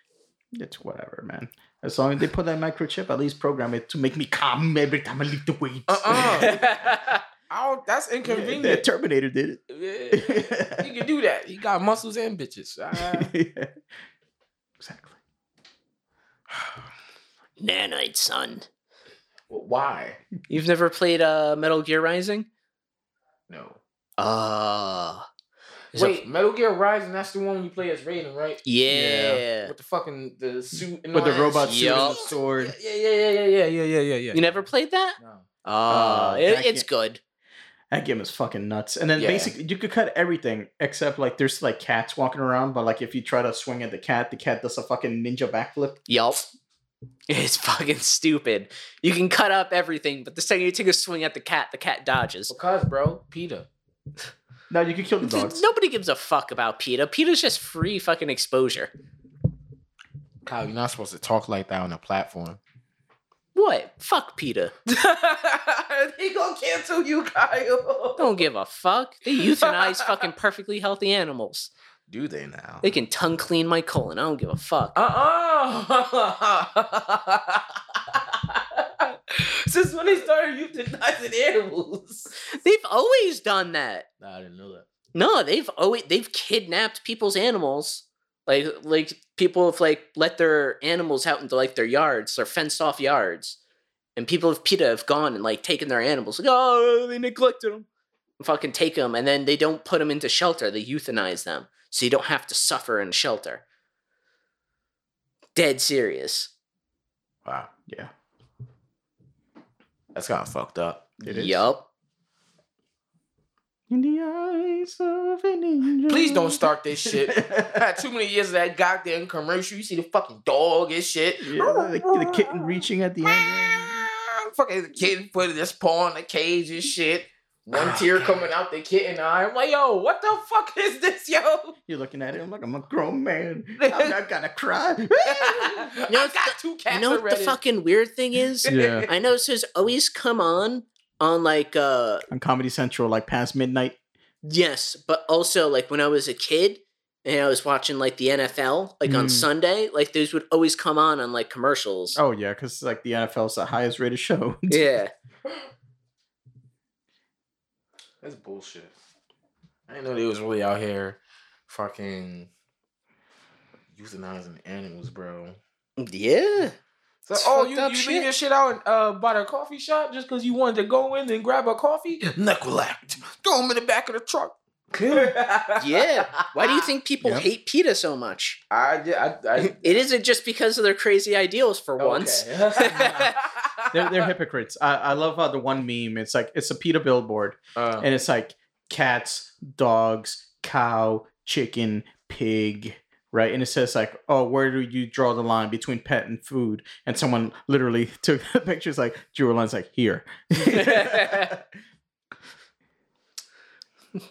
S1: It's whatever, man. As long as they put that microchip, at least program it to make me calm every time I lift the weights.
S2: uh,
S3: Uh-uh. Oh, that's inconvenient.
S1: that Terminator did
S3: Yeah.
S1: it.
S3: He can do that. He got muscles and bitches. Ah.
S1: Exactly.
S2: Nanite, son.
S3: Why?
S2: You've never played uh, Metal Gear Rising?
S3: No.
S2: Uh, it's a-
S3: Wait, Metal Gear Rising, that's the one you play as Raiden, right?
S2: yeah.
S3: With the fucking the suit and
S1: With
S3: all
S1: the
S3: that
S1: robot suit
S3: shit.
S1: and
S2: Yup.
S1: the sword.
S3: Yeah, yeah, yeah, yeah, yeah, yeah, yeah, yeah, yeah.
S2: You never played that?
S3: No.
S2: Uh,
S1: Uh,
S2: it,
S1: that
S2: it's
S1: can't-
S2: good.
S1: That game is fucking nuts. And then
S3: Yeah.
S1: basically you could cut everything except like there's like cats walking around, but like if you try to swing at the cat, the cat does a fucking ninja backflip.
S2: Yup. It's fucking stupid. You can cut up everything, but the second you take a swing at the cat, the cat dodges.
S3: Because, bro, Peter.
S1: No, you could kill the dogs.
S2: Nobody gives a fuck about PETA. PETA's just free fucking exposure.
S3: Kyle, you're not supposed to talk like that on a platform.
S2: What? Fuck PETA.
S3: he gonna cancel you, Kyle.
S2: Don't give a fuck. They euthanize fucking perfectly healthy animals.
S3: Do they now?
S2: They can tongue clean my colon. I don't give a fuck.
S3: Uh-uh. Since when they started euthanizing animals.
S2: They've always done that.
S3: I didn't know that.
S2: No, they've always they've kidnapped people's animals. Like like people have like let their animals out into like their yards, their fenced off yards, and people of PETA have gone and like taken their animals. Like oh, they neglected them. Fucking take them, and then they don't put them into shelter. They euthanize them, so you don't have to suffer in shelter. Dead serious.
S3: Wow.
S1: Yeah.
S3: That's kind of fucked up.
S1: It is.
S2: Yup.
S1: In the eyes of an angel.
S3: Please don't start this shit. I
S1: yeah,
S3: had too many years of that goddamn commercial. You see the fucking dog and shit.
S1: the, the kitten reaching at the end.
S3: fucking kid put his paw in the cage and shit. One
S2: Oh,
S3: tear coming out the kitten eye. I'm like, yo, what the fuck is this, yo?
S1: You're looking at it. I'm like, I'm a grown man. I'm not gonna cry.
S3: I
S2: know,
S3: got
S2: it's
S3: two cats
S2: You know what the
S3: already.
S2: fucking weird thing is?
S1: Yeah.
S2: I know it says always come on on like uh
S1: On Comedy Central, like past midnight.
S2: Yes, but also like when I was a kid and I was watching like the NFL like on
S1: Mm.
S2: Sunday, like those would always come on on like commercials.
S1: Oh yeah, because like the NFL's the highest rated show.
S2: Yeah.
S3: That's bullshit. I didn't know they was really out here fucking euthanizing animals, bro.
S2: Yeah.
S3: So,
S2: It's
S3: oh,
S2: fucked
S3: you,
S2: up
S3: you leave
S2: shit.
S3: your shit out and, uh, by the coffee shop just because you wanted to go in and grab a coffee? Neglect. Throw them in the back of the truck.
S2: Yeah. Why do you think people
S1: Yep.
S2: hate PETA so much?
S3: I, yeah, I, I
S2: It isn't just because of their crazy ideals for once.
S3: Okay.
S1: They're, they're hypocrites. I, I love how the one meme. It's like it's a PETA billboard,
S3: Uh,
S1: and it's like cats, dogs, cow, chicken, pig, right? And it says like, oh, where do you draw the line between pet and food? And someone literally took the pictures like drew a line's like here.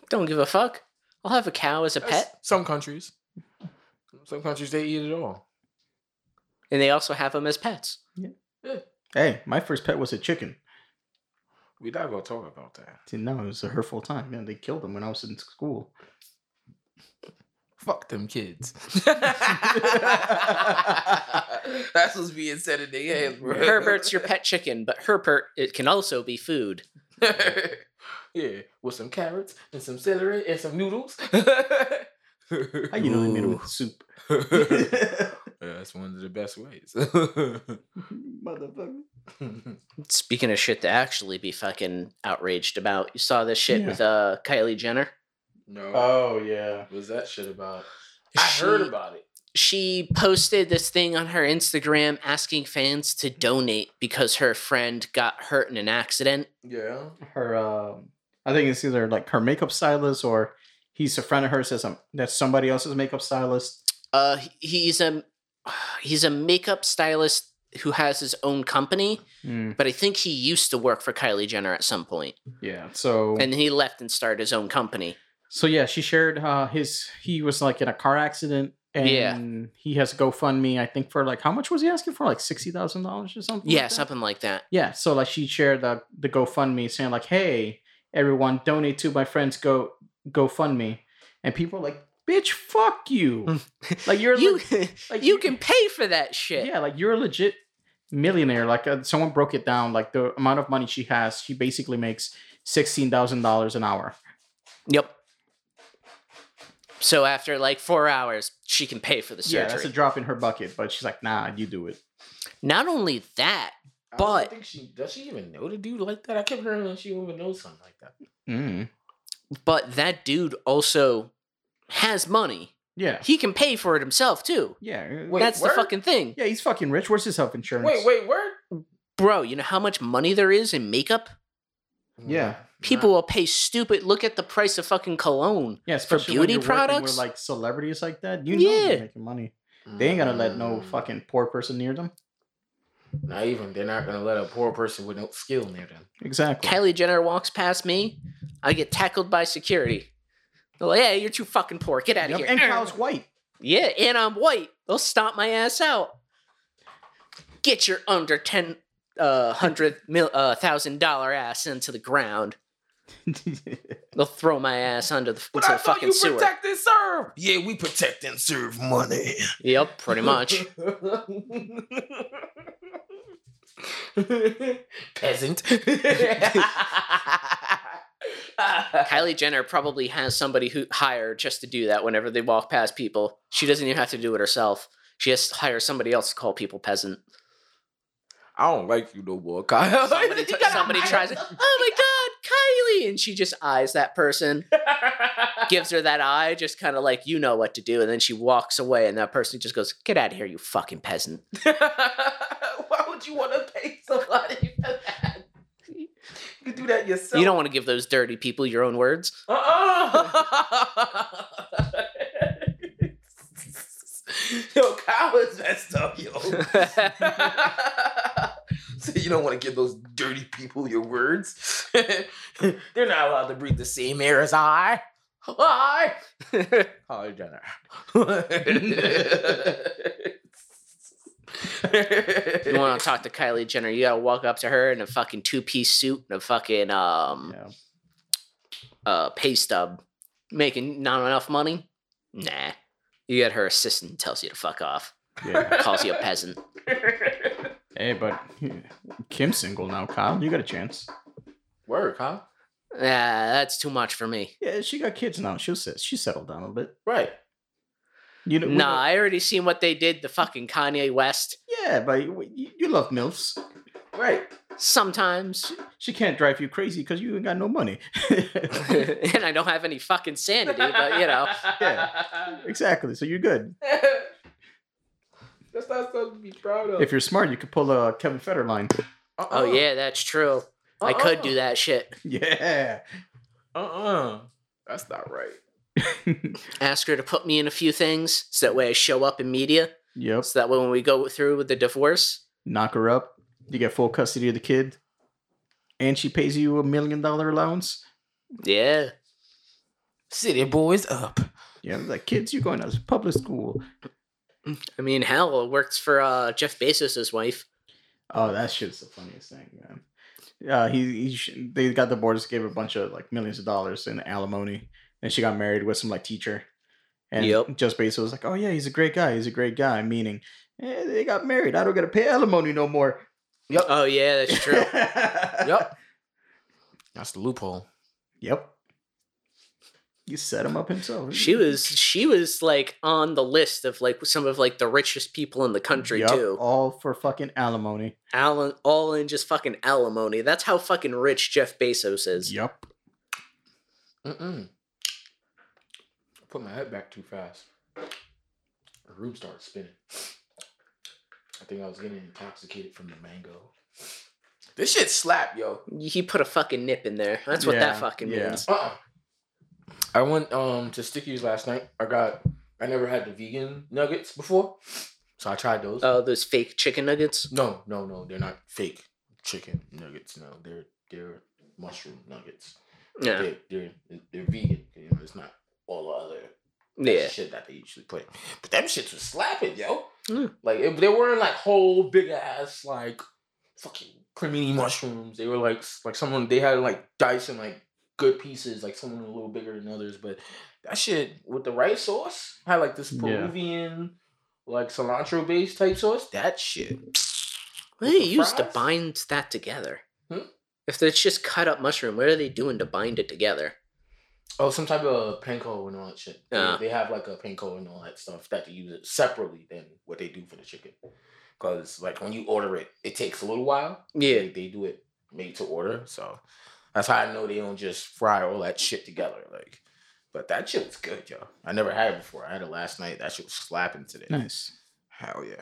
S2: Don't give a fuck. I'll have a cow as a
S3: that's-
S2: pet.
S3: Some countries. Some countries they eat it all.
S2: And they also have them as pets.
S1: Hey, my first pet was a chicken.
S3: We not gonna talk about that.
S1: Didn't know it was a hurtful time. Man, they killed him when I was in school.
S3: Fuck them kids. That's what's being said in their heads, bro.
S2: Herbert's your pet chicken, but Herbert it can also be food.
S3: yeah, with some carrots and some celery and some noodles.
S1: How you know they made it
S3: Ooh.
S1: with soup?
S3: Yeah, That's one of the best ways.
S1: Motherfucker.
S2: Speaking of shit to actually be fucking outraged about, you saw this shit
S1: Yeah.
S2: with uh Kylie Jenner.
S3: no,
S1: Oh yeah.
S3: what's that shit about? I heard
S2: She-
S3: about it.
S2: she posted this thing on her Instagram asking fans to donate because her friend got hurt in an accident.
S3: Yeah.
S1: her um I think it's either like her makeup stylist or he's a friend of hers that's um that's somebody else's makeup stylist.
S2: Uh, he- he's a he's a makeup stylist who has his own company,
S1: Hmm.
S2: but I think he used to work for Kylie Jenner at some point,
S1: Yeah. So
S2: and he left and started his own company.
S1: so yeah, she shared uh his he was like in a car accident and
S2: Yeah.
S1: he has GoFundMe, I think for like how much was he asking for? Like sixty thousand dollars or something?
S2: Yeah,
S1: like that?
S2: something like that.
S1: Yeah. So like she shared the the GoFundMe saying like, hey, everyone donate to my friend's go GoFundMe. And people are like, bitch, fuck you. like you're
S2: You
S1: like,
S2: you can pay for that shit.
S1: Yeah, like you're a legit millionaire. Like uh, someone broke it down. Like the amount of money she has, she basically makes sixteen thousand dollars an hour.
S2: Yep. So after like four hours, she can pay for the surgery.
S1: Yeah, that's a drop in her bucket. But she's like, nah, you do it.
S2: Not only that,
S3: I
S2: But-
S3: don't think she does she even know the dude like that? I kept hearing that she don't even knows something like that.
S1: Mm.
S2: but that dude also has money.
S1: Yeah,
S2: He can pay for it himself too.
S1: yeah. uh,
S3: Wait,
S2: That's
S3: word?
S2: the fucking thing.
S1: yeah, he's fucking rich. Where's his health insurance?
S3: Wait, wait, where?
S2: Bro, you know how much money there is in makeup?
S1: Yeah.
S2: People will pay stupid. Look at the price of fucking cologne.
S1: Yeah, especially
S2: beauty
S1: when you're working
S2: products?
S1: with like celebrities like that. You know
S2: Yeah.
S1: they're making money. They ain't gonna let no
S3: Mm.
S1: fucking poor person near them.
S3: Not even. They're not gonna let a poor person with no skill near them.
S1: Exactly.
S2: Kylie Jenner walks past me. I get tackled by security. They're like, hey, you're too fucking poor. Get out of
S1: Yep,
S2: here.
S1: And
S2: Arr.
S1: Kyle's white.
S2: Yeah, and I'm white. They'll stomp my ass out. Get your under ten uh hundred mil uh thousand dollar ass into the ground. They'll throw my ass under the into the fucking sewer.
S3: and serve. Yeah, we protect and serve money.
S2: yep, pretty much.
S3: Peasant.
S2: Kylie Jenner probably has somebody who hired just to do that whenever they walk past people. She doesn't even have to do it herself. She has to hire somebody else to call people peasant.
S3: I don't like you no more, Kyle.
S2: Somebody, t- somebody tries it. Oh my god, Kylie! And she just eyes that person. gives her that eye, just kind of like, you know what to do. And then she walks away, and that person just goes, Get out of here, you fucking peasant.
S3: Why would you want to pay somebody for that? You can do that yourself.
S2: you don't want to give those dirty people your own words.
S3: Uh-uh. yo, Kyle is messed up, yo. so you don't want to give those dirty people your words. They're not allowed to breathe the same air as I. Hi. Hi, Jenner.
S2: If you want to talk to Kylie Jenner, you got to walk up to her in a fucking two piece suit and a fucking um,
S1: Yeah.
S2: uh, pay stub, making not enough money. Nah. You get her assistant who tells you to fuck off,
S1: Yeah.
S2: calls you a peasant.
S1: Hey, but Kim's single now, Kyle. You got a chance.
S3: Word, huh?
S2: Ah, that's too much for me.
S1: Yeah, she got kids now. She'll sit. She settled down a bit.
S3: Right.
S1: You know, we
S2: Nah, I already seen what they did to fucking Kanye West.
S1: know- yeah, but you, you love milfs.
S3: Right.
S2: Sometimes
S1: She can't drive you crazy because you ain't got no money.
S2: and I don't have any fucking sanity, but you know,
S3: Yeah.
S1: exactly. So you're good.
S3: That's not something to be proud of.
S1: If you're smart, you could pull a Kevin Federline.
S3: Uh-uh.
S2: oh yeah, that's true. I could do that shit.
S1: Yeah.
S3: Uh uh-uh. uh. That's not right.
S2: Ask her to put me in a few things so that way I show up in media.
S1: Yep.
S2: So that way when we go through with the divorce,
S1: Knock her up. You get full custody of the kid. And she pays you a million dollar allowance.
S2: yeah,
S3: City boys up.
S1: Yeah, like kids, you're going to public school.
S2: I mean, hell, it works for uh, Jeff Bezos' wife.
S1: Oh, that shit's the funniest thing, man. Uh, he, he sh- they got divorced, gave her a bunch of like millions of dollars in alimony, and she got married with some like teacher. And
S2: Yep.
S1: Just Bezos was like, "Oh yeah, he's a great guy. He's a great guy." Meaning, eh, they got married. I don't gotta pay alimony no more.
S2: Oh yeah, that's true.
S1: yep.
S3: Yep. That's the loophole.
S1: Yep. You set him up himself.
S2: she was she was like on the list of like some of like the richest people in the country
S1: Yep,
S2: too.
S1: all for fucking alimony.
S2: Alan, all in just fucking alimony. That's how fucking rich Jeff Bezos is.
S1: Yep.
S3: Mm mm. Put my head back too fast. Her room started spinning. I think I was getting intoxicated from the mango. This shit slap, yo.
S2: He put a fucking nip in there. That's what that
S1: Yeah,
S2: fucking
S1: yeah.
S2: means.
S3: Uh-uh. I went um to Sticky's last night. I got I never had the vegan nuggets before, so I tried those.
S2: Oh, those fake chicken nuggets.
S3: no, no, no, they're not fake chicken nuggets. No, they're they're mushroom nuggets.
S2: Yeah,
S3: They're, they're they're vegan. You know, it's not all the other
S2: yeah.
S3: shit that they usually put. But them shits was slapping, yo.
S2: Mm.
S3: Like it, they weren't like whole big ass like fucking cremini mushrooms. They were like s- like someone they had like dice and like good pieces. Like some were a little bigger than others, but that shit with the rice sauce had like this
S1: Yeah.
S3: Peruvian like cilantro based type sauce. That shit.
S2: What do they
S3: the
S2: use to
S3: fries?
S2: bind that together?
S3: Hmm?
S2: If it's just cut up mushroom, what are they doing to bind it together?
S3: Oh, some type of panko and all that shit. They-
S2: Yeah.
S3: They, have like a panko and all that stuff that they use it separately than what they do for the chicken. Cause like when you order it, it takes a little while.
S2: Yeah,
S3: They, they do it made to order, so that's how I know they don't just fry all that shit together. Like, but that shit was good, yo. I never had it before. I had it last night. That shit was slapping today.
S1: Nice.
S3: Hell yeah.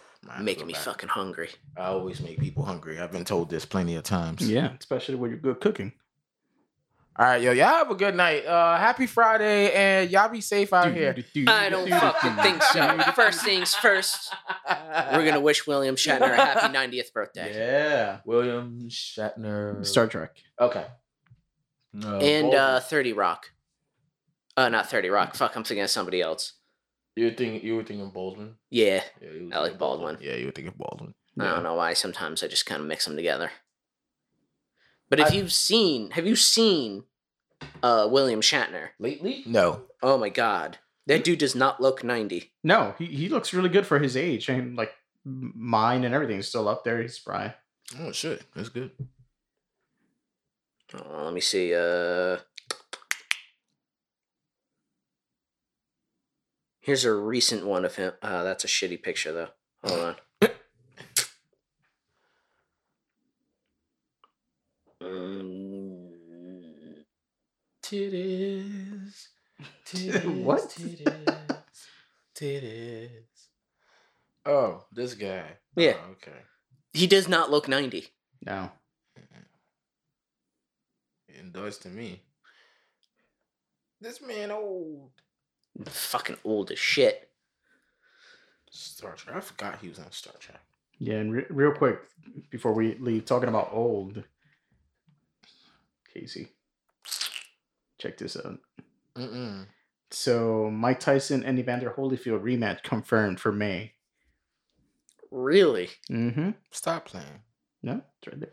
S3: Man, I
S2: making
S3: feel
S2: me
S3: bad.
S2: fucking hungry.
S3: I always make people hungry. I've been told this plenty of times.
S1: Yeah, especially when you're good cooking.
S3: All right, yo. Y'all have a good night. Uh, happy Friday, and y'all be safe out here.
S2: I don't fucking think so. First things first, we're gonna wish William Shatner a happy 90th birthday.
S1: Yeah.
S3: William Shatner.
S1: Star Trek.
S3: Okay. No,
S2: And
S3: Baldwin.
S2: uh, 30 Rock. Uh, not 30 Rock. Fuck, I'm thinking of somebody else.
S3: you were thinking you were thinking Baldwin.
S2: Yeah,
S3: Yeah, you were
S2: I like
S3: thinking
S2: Baldwin.
S3: Yeah, you were thinking Baldwin.
S2: I don't know why. Sometimes I just kind of mix them together. But if
S3: I-
S2: you've seen, have you seen uh, William Shatner?
S3: Lately? No.
S2: Oh my God, that dude does not look ninety.
S1: No, he, he looks really good for his age and like m- mine and everything's still up there. He's spry.
S3: Oh shit, that's good.
S2: Oh, let me see. Uh, here's a recent one of him. Uh, that's a shitty picture though. Hold on. Mm.
S3: Titties, titties,
S1: What?
S3: Titties, titties. Oh, this guy.
S2: Yeah.
S3: Oh, okay.
S2: He does not look ninety.
S1: No.
S3: Endorsed to me. This man old.
S2: Fucking old as shit.
S3: Star Trek. I forgot he was on Star Trek.
S1: Yeah, and re- real quick before we leave, talking about old Casey. Check this out.
S3: Mm-mm.
S1: So Mike Tyson and Evander Holyfield rematch confirmed for May.
S2: Really?
S1: Mm-hmm.
S3: Stop playing.
S1: No, it's right there.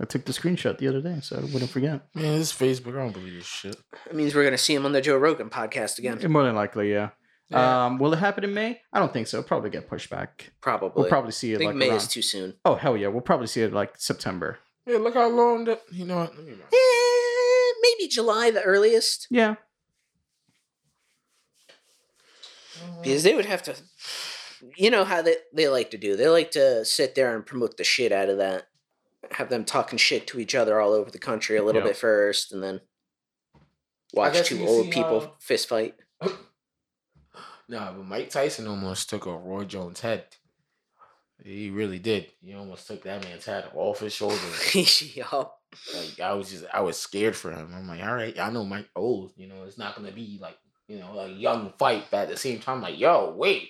S1: I took the screenshot the other day, so I wouldn't forget.
S3: Man, this Facebook. I don't believe this shit.
S2: That means we're gonna see him on the Joe Rogan podcast again.
S1: More than likely, yeah.
S3: Yeah.
S1: Um, will it happen in May? I don't think so. It'll probably get pushed back.
S2: Probably.
S1: We'll probably see
S2: I
S1: it
S2: think
S1: like
S2: May
S1: around.
S2: is too soon.
S1: oh hell yeah, we'll probably see it like September.
S3: yeah, look how long that. You know what? Let me.
S2: Eh, maybe July the earliest.
S1: Yeah,
S2: Because they would have to you know how they, they like to do. They like to sit there and promote the shit out of that. Have them talking shit to each other all over the country a little
S1: Yeah.
S2: bit first and then watch
S3: guess
S2: two
S3: you
S2: old
S3: see
S2: people
S3: how-
S2: fist fight.
S3: Nah, but Mike Tyson almost took a Roy Jones head. He really did. He almost took that man's head off his shoulder.
S2: Yup.
S3: like I was just, I was scared for him. I'm like, all right, I know Mike old. You know, it's not gonna be like, you know, a young fight. But at the same time, like, yo, wait,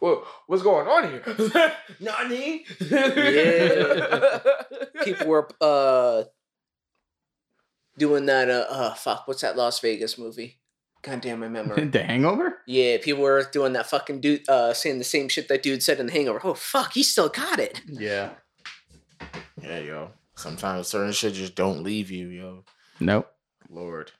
S3: what, what's going on here? Nani?
S2: Yeah. people were uh doing that uh, uh fuck what's that las vegas movie god damn my memory
S1: the Hangover.
S2: yeah people were doing that fucking dude uh saying the same shit that dude said in the hangover oh fuck he still got it
S1: Yeah.
S3: Yeah, yo. Sometimes certain shit just don't leave you, yo.
S1: Nope.
S3: Lord.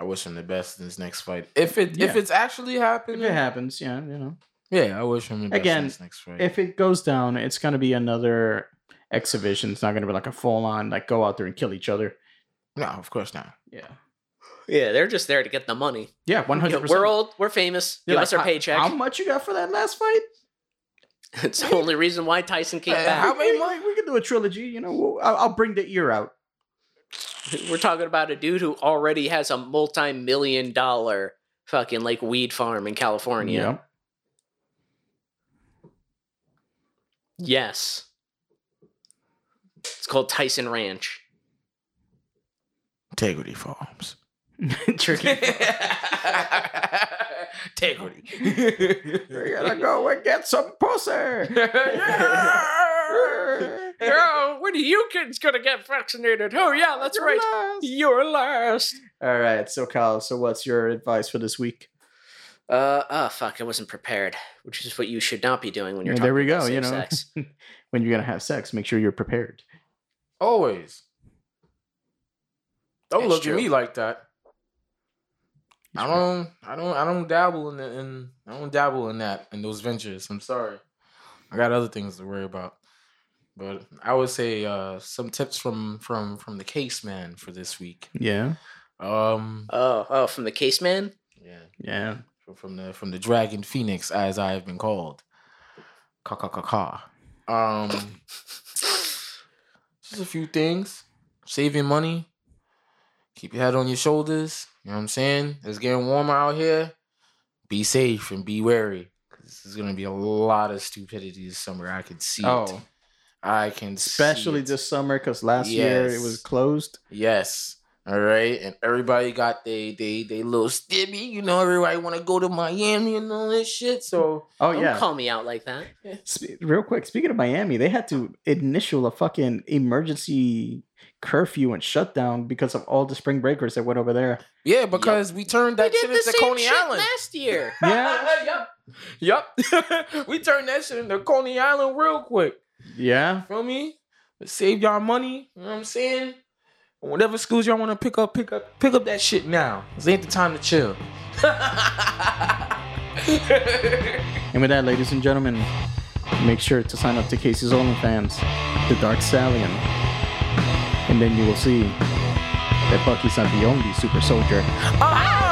S3: I wish him the best in his next fight. If it if
S1: Yeah.
S3: it's actually happening,
S1: If it happens, yeah, you know.
S3: Yeah, I wish him the best
S1: Again,
S3: in his next fight.
S1: If it goes down, it's gonna be another exhibition. It's not gonna be like a full on like go out there and kill each other.
S3: no, of course not.
S1: Yeah.
S2: yeah they're just there to get the money
S1: Yeah, one
S2: You know,
S1: hundred percent.
S2: we're old we're famous
S1: You're
S2: give
S1: like,
S2: us our
S1: "How-
S2: paycheck
S1: How much you got for that last fight?
S2: it's the only reason why tyson came
S1: Uh,
S3: Hey,
S2: back
S3: how- many
S1: We- we- We, we can do a trilogy. You know, We'll- I'll, I'll bring the ear out.
S2: We're talking about a dude who already has a multi-million dollar fucking like weed farm in California.
S1: Yep.
S2: Yes. It's called Tyson Ranch.
S3: Integrity Farms.
S1: Tricky.
S3: Integrity.
S1: We're gonna go and get some pussy.
S2: Oh, when are you kids gonna get vaccinated? Oh yeah, that's right. You're last.
S1: All right, so Kyle, so what's your advice for this week?
S2: Uh oh fuck, I wasn't prepared, which is what you should not be doing when you're
S1: Yeah,
S2: talking
S1: there we
S2: about
S1: go, you
S2: safe
S1: know.
S2: sex.
S1: When you're gonna have sex, make sure you're prepared.
S3: Always. Don't
S2: It's
S3: look
S2: true.
S3: at me like that. I
S1: It's
S3: don't. I don't. I don't dabble in the, in. I don't dabble in that in those ventures. I'm sorry. I got other things to worry about. But I would say uh, some tips from from from the case man for this week.
S1: Yeah,
S3: Um.
S2: Oh, oh, from the case man?
S3: Yeah.
S1: yeah.
S3: From- From the from the dragon phoenix, as I have been called. Ka ka ka ka. Um. just a few things. Save your money. Keep your head on your shoulders. You know what I'm saying? It's getting warmer out here. Be safe and be wary. 'cause There's gonna be a lot of stupidity this summer. I can see it.
S1: Oh,
S3: I can see
S1: especially
S3: it.
S1: this summer because last year it was
S3: Yes.
S1: closed.
S3: Yes. All right. And everybody got they they they little stimmy. You know, everybody wanna go to Miami and all this shit. So
S1: Oh
S2: Don't
S1: yeah.
S2: call me out like that.
S1: Spe- Real quick, speaking of Miami, they had to initial a fucking emergency curfew and shutdown because of all the spring breakers that went over there.
S3: yeah, because we turned
S2: They did
S3: that shit
S2: the
S3: into
S2: same
S3: Coney
S2: shit
S3: Island.
S2: last year.
S1: Yeah.
S3: yep. Yep. we turned that shit into Coney Island real quick.
S1: Yeah.
S3: Feel me? But save y'all money. You know what I'm saying? And Whatever schools y'all want to pick up, pick up, pick up that shit now. This ain't the time to chill.
S1: And with that, ladies and gentlemen, make sure to sign up to Casey's OnlyFans, The Dark Stallion, and then you will see that Bucky's not the only super soldier.
S3: Ah!